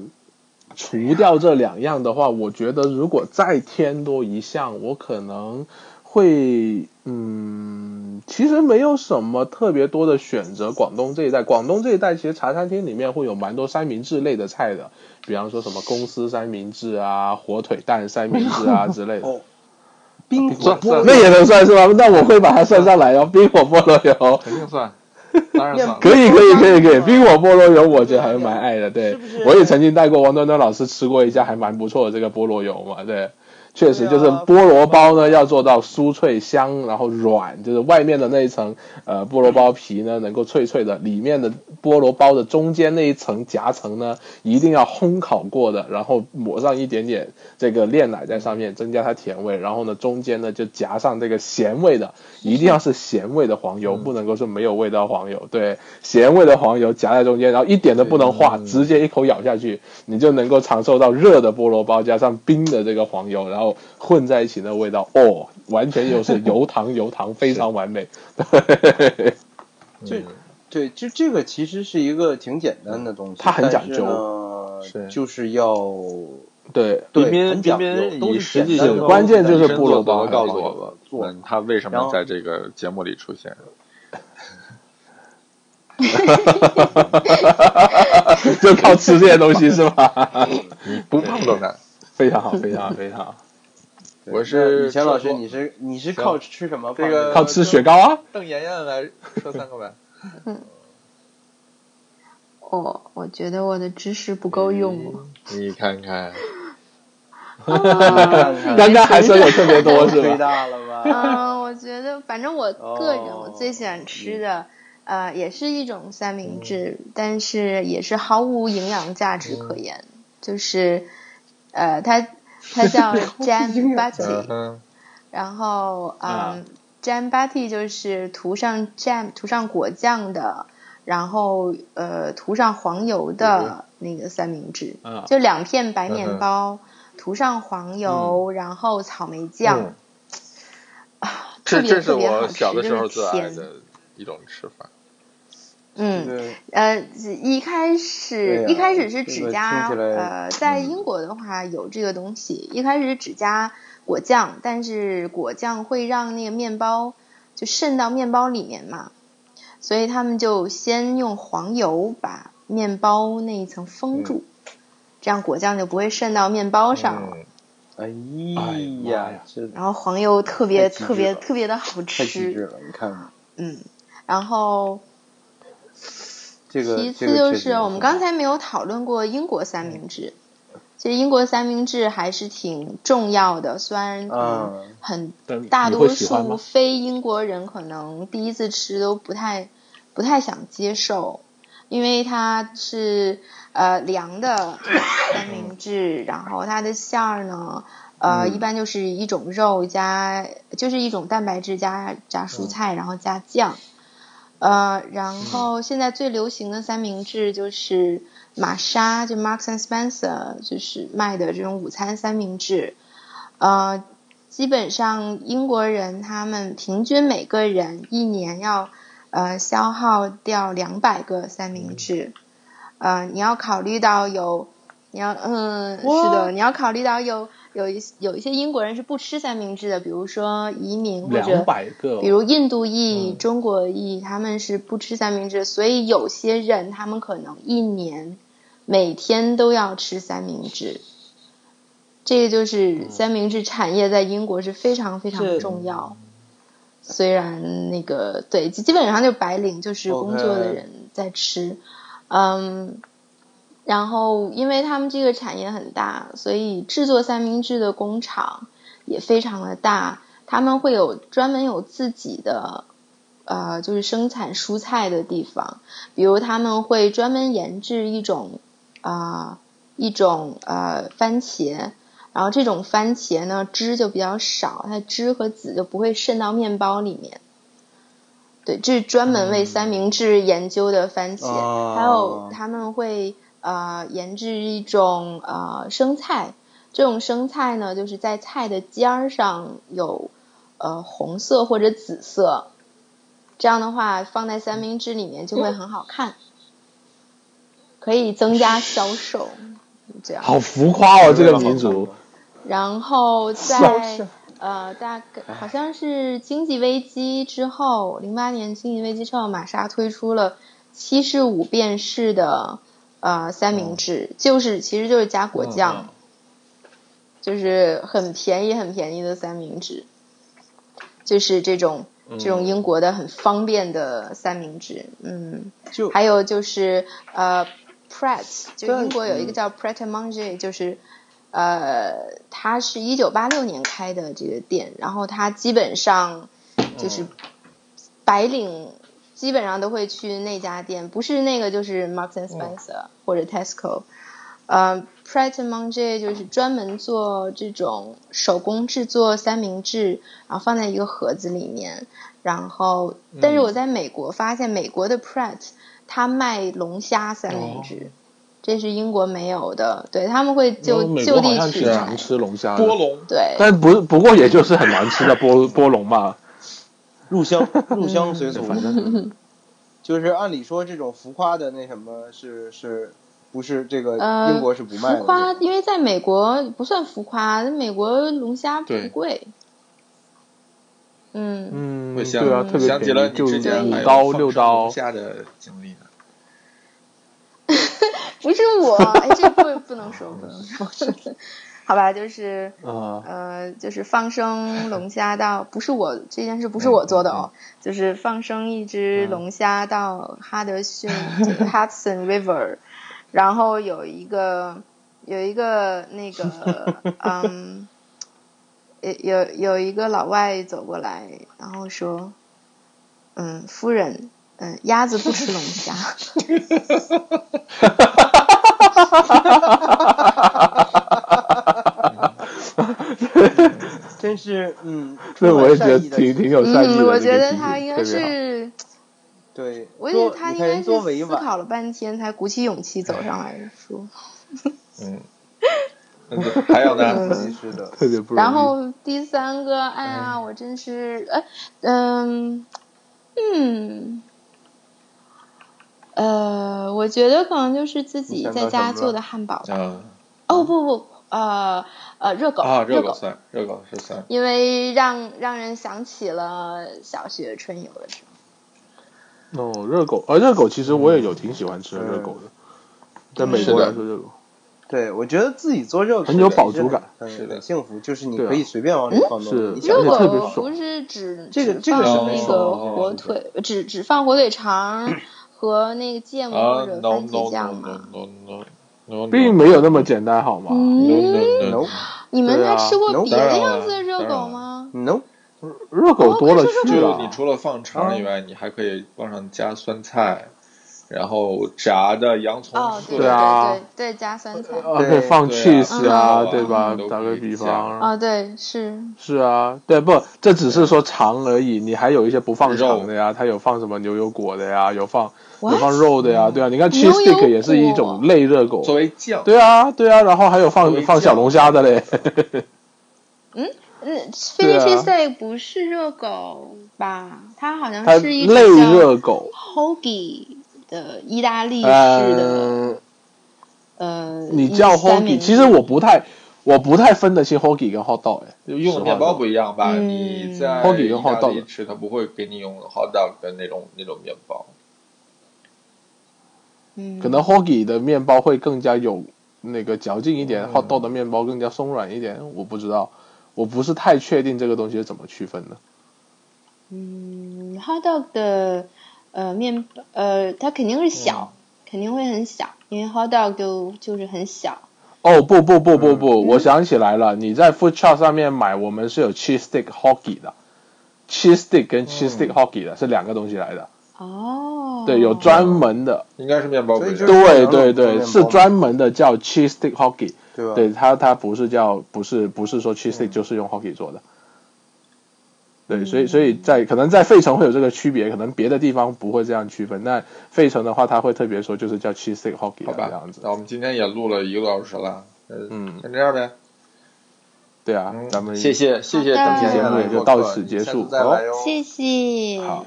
S2: 除掉这两样的话，我觉得如果再添多一项，我可能会，嗯，其实没有什么特别多的选择。广东这一带，广东这一带其实茶餐厅里面会有蛮多三明治类的菜的，比方说什么公司三明治啊、火腿蛋三明治 啊之类的。
S3: 哦，冰火
S1: 算
S3: 菠
S1: 算
S2: 那
S3: 萝
S2: 也能算是吧？那我会把它算上来 哦，冰火菠萝油。
S1: 肯定 算，当然算了。
S2: 可以可以可以可以，
S3: 嗯
S2: 冰火菠萝油我觉得还蛮爱的，对
S3: 是不是
S2: 我也曾经带过王端端老师吃过一家还蛮不错的这个菠萝油嘛，对，确实就是
S3: 对啊
S2: 菠萝包呢要做到酥脆香，然后软，就是外面的那一层呃菠萝包皮呢能够脆脆的，里面的菠萝包的中间那一层夹层呢一定要烘烤过的，然后抹上一点点这个炼奶在上面，增加它甜味，然后呢中间呢就夹上这个咸味的，一定要是咸味的黄油，不能够是没有味道黄油，对，咸味的黄油夹在中间，然后一点都不能化，直接一口咬下去，你就能够尝受到热的菠萝包加上冰的这个黄油，然后混在一起的味道，哦，完全又是油糖油 糖，非常完美。
S3: 这对，就这个其实是一个挺简单的东西，
S2: 它很讲究
S3: 但是
S1: 是
S3: 呢，就是要
S2: 对，
S3: 对
S1: 彬
S3: 很
S1: 彬
S3: 讲
S1: 彬
S3: 究，
S1: 彬
S3: 都
S1: 以
S3: 是
S1: 实
S3: 简
S1: 际
S3: 单
S1: 性
S3: 的
S1: 的
S2: 关键就是
S1: 本身
S2: 菠萝
S1: 做
S2: 包
S1: 得告诉
S2: 还是
S1: 我
S3: 做
S1: 们他为什么在这个节目里出现。
S3: 嗯
S2: 就靠吃这些东西是吧？
S1: 你不胖都 难。
S2: 非常好，非常好，非 常好，
S3: 对
S1: 我是
S3: 那以前老师，
S1: 说
S3: 你是你是靠吃什么
S1: 这
S3: 胖
S1: 个
S3: 的？
S2: 靠吃雪糕啊。
S1: 邓妍妍来说三个呗。
S4: 我哦我觉得我的知识不够用哦。
S3: 嗯
S1: 你看看，
S4: 啊，
S3: 看看
S2: 刚刚还说有特别多是
S3: 吹
S2: 吧？
S3: 大了吧？
S4: 嗯，我觉得反正我个人
S3: 哦
S4: 我最喜欢吃的，呃，也是一种三明治，但是也是毫无营养价值可言，就是，呃，它它叫 jam
S3: 营
S4: b a
S3: 养
S4: t
S1: 嗯
S4: i
S1: 哼，
S4: 然后
S2: 啊
S4: 嗯，jam b a t i 就是涂上 jam 涂上果酱的，然后呃涂上黄油的那个三明治，
S2: 啊
S4: 就两片白
S1: 嗯
S4: 面
S1: 哼
S4: 包，涂上黄油，然后草莓酱。
S1: 嗯这
S4: 特别
S1: 这是
S4: 特别好
S1: 我
S4: 吃，
S1: 小的时候
S4: 就是
S1: 最爱
S4: 甜。
S1: 的一种吃法。这
S4: 嗯，
S1: 个
S4: 呃，一开
S1: 对
S4: 始、
S1: 呀
S4: 一开始是指
S1: 这
S4: 甲，
S1: 个听起来
S4: 呃，在
S1: 嗯
S4: 英国的话有这个东西，一开始指甲果酱，但是果酱会让那个面包就渗到面包里面嘛，所以他们就先用黄油把面包那一层封住，
S1: 嗯
S4: 这样果酱就不会渗到面包上
S3: 嗯
S4: 了。
S3: 哎
S2: 哎妈
S3: 呀
S2: 呀，
S3: 这
S4: 然后黄油特别
S3: 太极致
S4: 特别
S3: 了
S4: 特别的好
S3: 太机智
S4: 吃，
S3: 了，你看看
S4: 嗯，然后
S3: 这个。
S4: 其
S3: 这
S4: 次
S3: 个
S4: 就
S3: 确实
S4: 是我们
S3: 很嗯
S4: 刚
S3: 好
S4: 才没有讨论过英国三明治，其实英国三明治还是挺重要的，虽然可能
S3: 嗯，
S4: 很
S2: 但
S4: 大
S2: 你会
S4: 多
S2: 喜欢
S4: 数
S2: 吗？
S4: 非英国人可能第一次吃都不太不太想接受，因为它是呃凉的三明治，然后它的馅儿呢，呃、
S3: 嗯
S4: 一般就是一种肉加，就是一种蛋白质加加蔬
S3: 嗯
S4: 菜，然后加酱。呃，然后现在最流行的三明治就是玛莎，就 Marks and Spencer，就是卖的这种午餐三明治。呃，基本上英国人他们平均每个人一年要呃消耗掉两百个三明治。呃，你要考虑到有，你要嗯，是的，你要考虑到有有一有一些英国人是不吃三明治的，比如说移民或者
S2: 两百个，
S4: 比如印度裔、
S2: 嗯
S4: 中国裔，他们是不吃三明治，所以有些人他们可能一年每天都要吃三明治。这个就是三明治产业在英国是非常非常
S3: 是
S4: 重要。虽然那个对，基基本上就白领，就是工作的
S1: OK
S4: 人在吃嗯，然后因为他们这个产业很大，所以制作三明治的工厂也非常的大，他们会有专门有自己的。呃，就是生产蔬菜的地方，比如他们会专门研制一种啊、一种呃番茄，然后这种番茄呢汁就比较少，它汁和籽就不会渗到面包里面。对，这是专门为三明治研究的番茄，
S1: 哦
S4: 还有他们会呃研制一种呃生菜，这种生菜呢就是在菜的尖儿上有呃红色或者紫色，这样的话放在三明治里面就会很好看，可以增加销售，这样。
S2: 好浮夸哦，这个民
S1: 好看
S2: 族
S1: 吗。
S4: 然后
S2: 是
S4: 在呃，大概好像是经济危机之后，零八年经济危机之后，玛莎推出了七十五便士的呃三明
S3: 哦
S4: 治，就是其实就是加果
S3: 嗯
S4: 酱，就是很便宜很便宜的三明治，就是这种
S3: 嗯
S4: 这种英国的很方便的三明治，嗯，
S3: 就
S4: 还有就是呃，Pret，就
S3: 但
S4: 英国有一个
S3: 嗯
S4: 叫 Pret a Manger，就是呃，它是一九八六年开的这个店，然后它基本上
S2: 嗯
S4: 就是白领基本上都会去那家店，不是那个就是 Marks
S2: 嗯
S4: and Spencer、或者 Tesco。呃，Pret a Manger 就是专门做这种手工制作三明治，然后放在一个盒子里面，然后，
S2: 嗯
S4: 但是我在美国发现，美国的 Pret 它卖龙虾三
S2: 哦
S4: 明治，这是英国没有的。对，他们会就、
S2: 因为美国
S4: 就
S2: 好
S4: 地
S2: 像
S4: 取
S2: 挺
S1: 是
S4: 材
S2: 常。吃龙虾的，
S1: 波龙
S4: 对，
S2: 但不不过也就是很难吃的波波龙嘛，
S3: 入乡 入乡随
S2: 对
S3: 俗，
S2: 反正
S3: 就是按理说这种浮夸的那什么是是不是这个
S4: 呃
S3: 英国是不卖的？
S4: 浮夸，因为在美国不算浮夸，美国龙虾不
S1: 对
S4: 贵。嗯，
S2: 嗯，
S1: 会想
S2: 对啊，特别
S1: 想起了
S2: 便宜，
S1: 你
S2: 就
S1: 之前还有
S2: 五
S4: 对
S2: 刀
S1: 放
S2: 六
S1: 生龙
S2: 刀，
S1: 虾的经历呢。
S4: 不是我，哎，这不不 能说，不能说。 好吧，就是
S2: 啊，
S4: 呃，就是放生龙虾到，不是我这件事不
S3: 嗯
S4: 是我做的哦，就是放生一只龙虾到哈德逊、就是 Hudson River，然 后有一个有一个 那个嗯，有有有一个老外走过来，然后说，嗯，夫人，嗯，鸭子不吃 龙虾。
S3: 真是 嗯，
S2: 这
S3: 充
S2: 我
S3: 满
S2: 也觉
S3: 善
S2: 得
S3: 意的
S2: 挺挺有善意的，
S4: 嗯，我觉
S2: 这
S4: 得
S2: 个
S4: 他
S2: 情景特别好
S4: 应该是，
S3: 对，
S4: 我觉
S3: 多
S4: 得他
S3: 你
S4: 应
S3: 看
S4: 该
S3: 人多
S4: 是
S3: 委
S4: 思
S3: 婉，
S4: 考了半天才鼓起勇气走上来说。
S1: 嗯，那就还有呢？
S4: 嗯，
S3: 是的，
S2: 特别不容易。
S4: 然后第三个，哎呀，我真是，哎，嗯，嗯，呃，我觉得可能就是自己
S1: 想到
S4: 在家
S1: 什么
S4: 做的汉堡吧。
S1: 啊
S4: 哦不不，呃呃，热狗，
S1: 啊，热
S4: 狗，
S1: 算，热狗是算。
S4: 因为让让人想起了小学春游的时候。
S2: 哦，热狗，呃，热狗其实我也有挺喜欢吃的
S3: 嗯
S2: 热狗的，在美国来说热狗，
S3: 对，我觉得自己做热狗
S2: 很有饱足感，
S3: 很
S1: 是的
S3: 很幸福，就是你
S2: 对啊嗯
S3: 可以随便往里放东西
S2: 是
S3: 你想
S4: 热
S2: 而且特别
S4: 狗
S2: 爽
S4: 不是只
S3: 这个
S4: 只
S3: 这个
S4: 放
S1: 是没
S4: 那
S1: 错
S4: 个
S1: 哦
S4: 火腿，只只放火腿肠和那个芥末
S1: 啊
S4: 或者
S1: ，no
S4: 番
S1: no
S4: 茄
S1: no
S4: 酱
S1: no
S4: 吗？
S1: no no no，
S2: 并没有那么简单，好吗？
S1: no
S4: 嗯，
S1: no no，
S3: no
S4: 你们
S2: 对啊
S4: 还吃过
S3: ，no，
S4: 别
S1: 当然
S4: 的
S1: 了
S4: 样子的热
S1: 当然
S4: 狗
S1: 了
S4: 吗？
S3: no，
S2: 热狗多
S4: 哦
S2: 了去
S1: 就
S2: 了，
S1: 你除了放肠以外，你还可以往上加酸菜，然后炸的洋葱
S4: 哦，
S1: 碎，
S4: 对
S2: 对
S4: 对
S2: 啊
S4: 对对，加酸菜。
S2: 啊，可以
S3: 对
S2: 放
S1: 对啊
S2: cheese
S1: 啊
S2: 啊，对吧
S1: 都？
S2: 打
S1: 可
S2: 个
S1: 以
S2: 比
S1: 加
S2: 方，
S4: 哦，对，是
S2: 是啊，对不？这只是说肠而已，你还有一些不放
S1: 肉
S2: 肠的呀，它有放什么牛油果的呀，有放有
S4: What？
S2: 放肉的呀，对啊，你看
S4: 牛
S2: cheese stick
S4: 油
S2: 也是一种
S4: 果
S2: 类热狗，
S1: 作为酱。
S2: 对啊，对啊，然后还有放
S1: 作为
S2: 放小
S1: 酱
S2: 龙虾的
S4: 啊
S2: 嘞，
S4: 嗯
S2: 对
S4: ，Philly
S2: 啊
S4: cheesesteak 不是热狗吧？它好像
S2: 它
S4: 是一
S2: 类
S4: 种叫
S2: 热狗，
S4: hoagie 的意大利式的
S2: 嗯，
S4: 呃，
S2: 你
S4: 一
S2: 叫
S4: 三
S2: hoagie，
S4: 明
S2: 其实
S4: 治
S2: 我不太我不太分得清 hoagie 跟 hot dog，哎，
S1: 就用的
S2: 实话
S1: 面包
S2: 说
S1: 不一样吧？
S4: 嗯
S1: 你在意
S2: Hoagie 跟
S1: 大
S2: hot dog
S1: 利吃，它不会给你用 hot dog 的那种那种面包。
S4: 嗯，
S2: 可能 hoagie 的面包会更加有那个嚼劲一点、
S1: 嗯
S2: h o t dog 的面包更加松软一点，我不知道，我不是太确定这个东西是怎么区分的。
S4: 嗯，hot dog 的呃面呃，它肯定是
S2: 嗯
S4: 小，肯定会很小，因为 hot dog 就就是很小。
S2: 哦不不不不不，我想起来了，你在 food truck 上面买，我们是有 cheese stick hoagie 的，cheese stick 跟 cheese stick hoagie 的、是两个东西来的，
S4: 哦，
S2: 对，有专门的，
S1: 应该是面包不一
S3: 所以
S1: 样
S3: 就是。
S2: 对
S3: 两种
S2: 对
S3: 不同面
S2: 对，
S3: 包
S2: 是专门的叫 cheese stick hoagie，
S3: 对吧？
S2: 对它它不是叫不是不是说 cheese stick 就是用 hockey 做的，对，所以所以在可能在费城会有这个区别，可能别的地方不会这样区分。那费城的话，它会特别说就是叫 cheese stick hockey
S1: 好
S2: 啊这
S1: 吧
S2: 样，子
S1: 那，我们今天也录了一个多小时了，嗯，
S2: 嗯，
S1: 先这样呗。
S2: 对啊，
S1: 嗯
S2: 咱们
S1: 谢谢谢谢
S4: 好的
S1: 本期
S4: 谢
S1: 节
S4: 谢
S2: 节目
S1: 目
S2: 也就到此结束哦
S1: 下次再来哟。
S4: 谢谢，
S2: 好，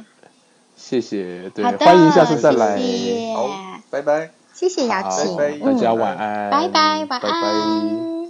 S2: 谢谢，对，
S4: 好的，
S2: 欢迎下次再来，
S4: 谢谢，
S1: 好，拜拜。
S4: 谢谢雅
S2: 好
S4: 琴，
S2: 大
S4: 嗯
S2: 家晚安，
S4: 拜拜，晚
S2: 拜拜
S4: 安。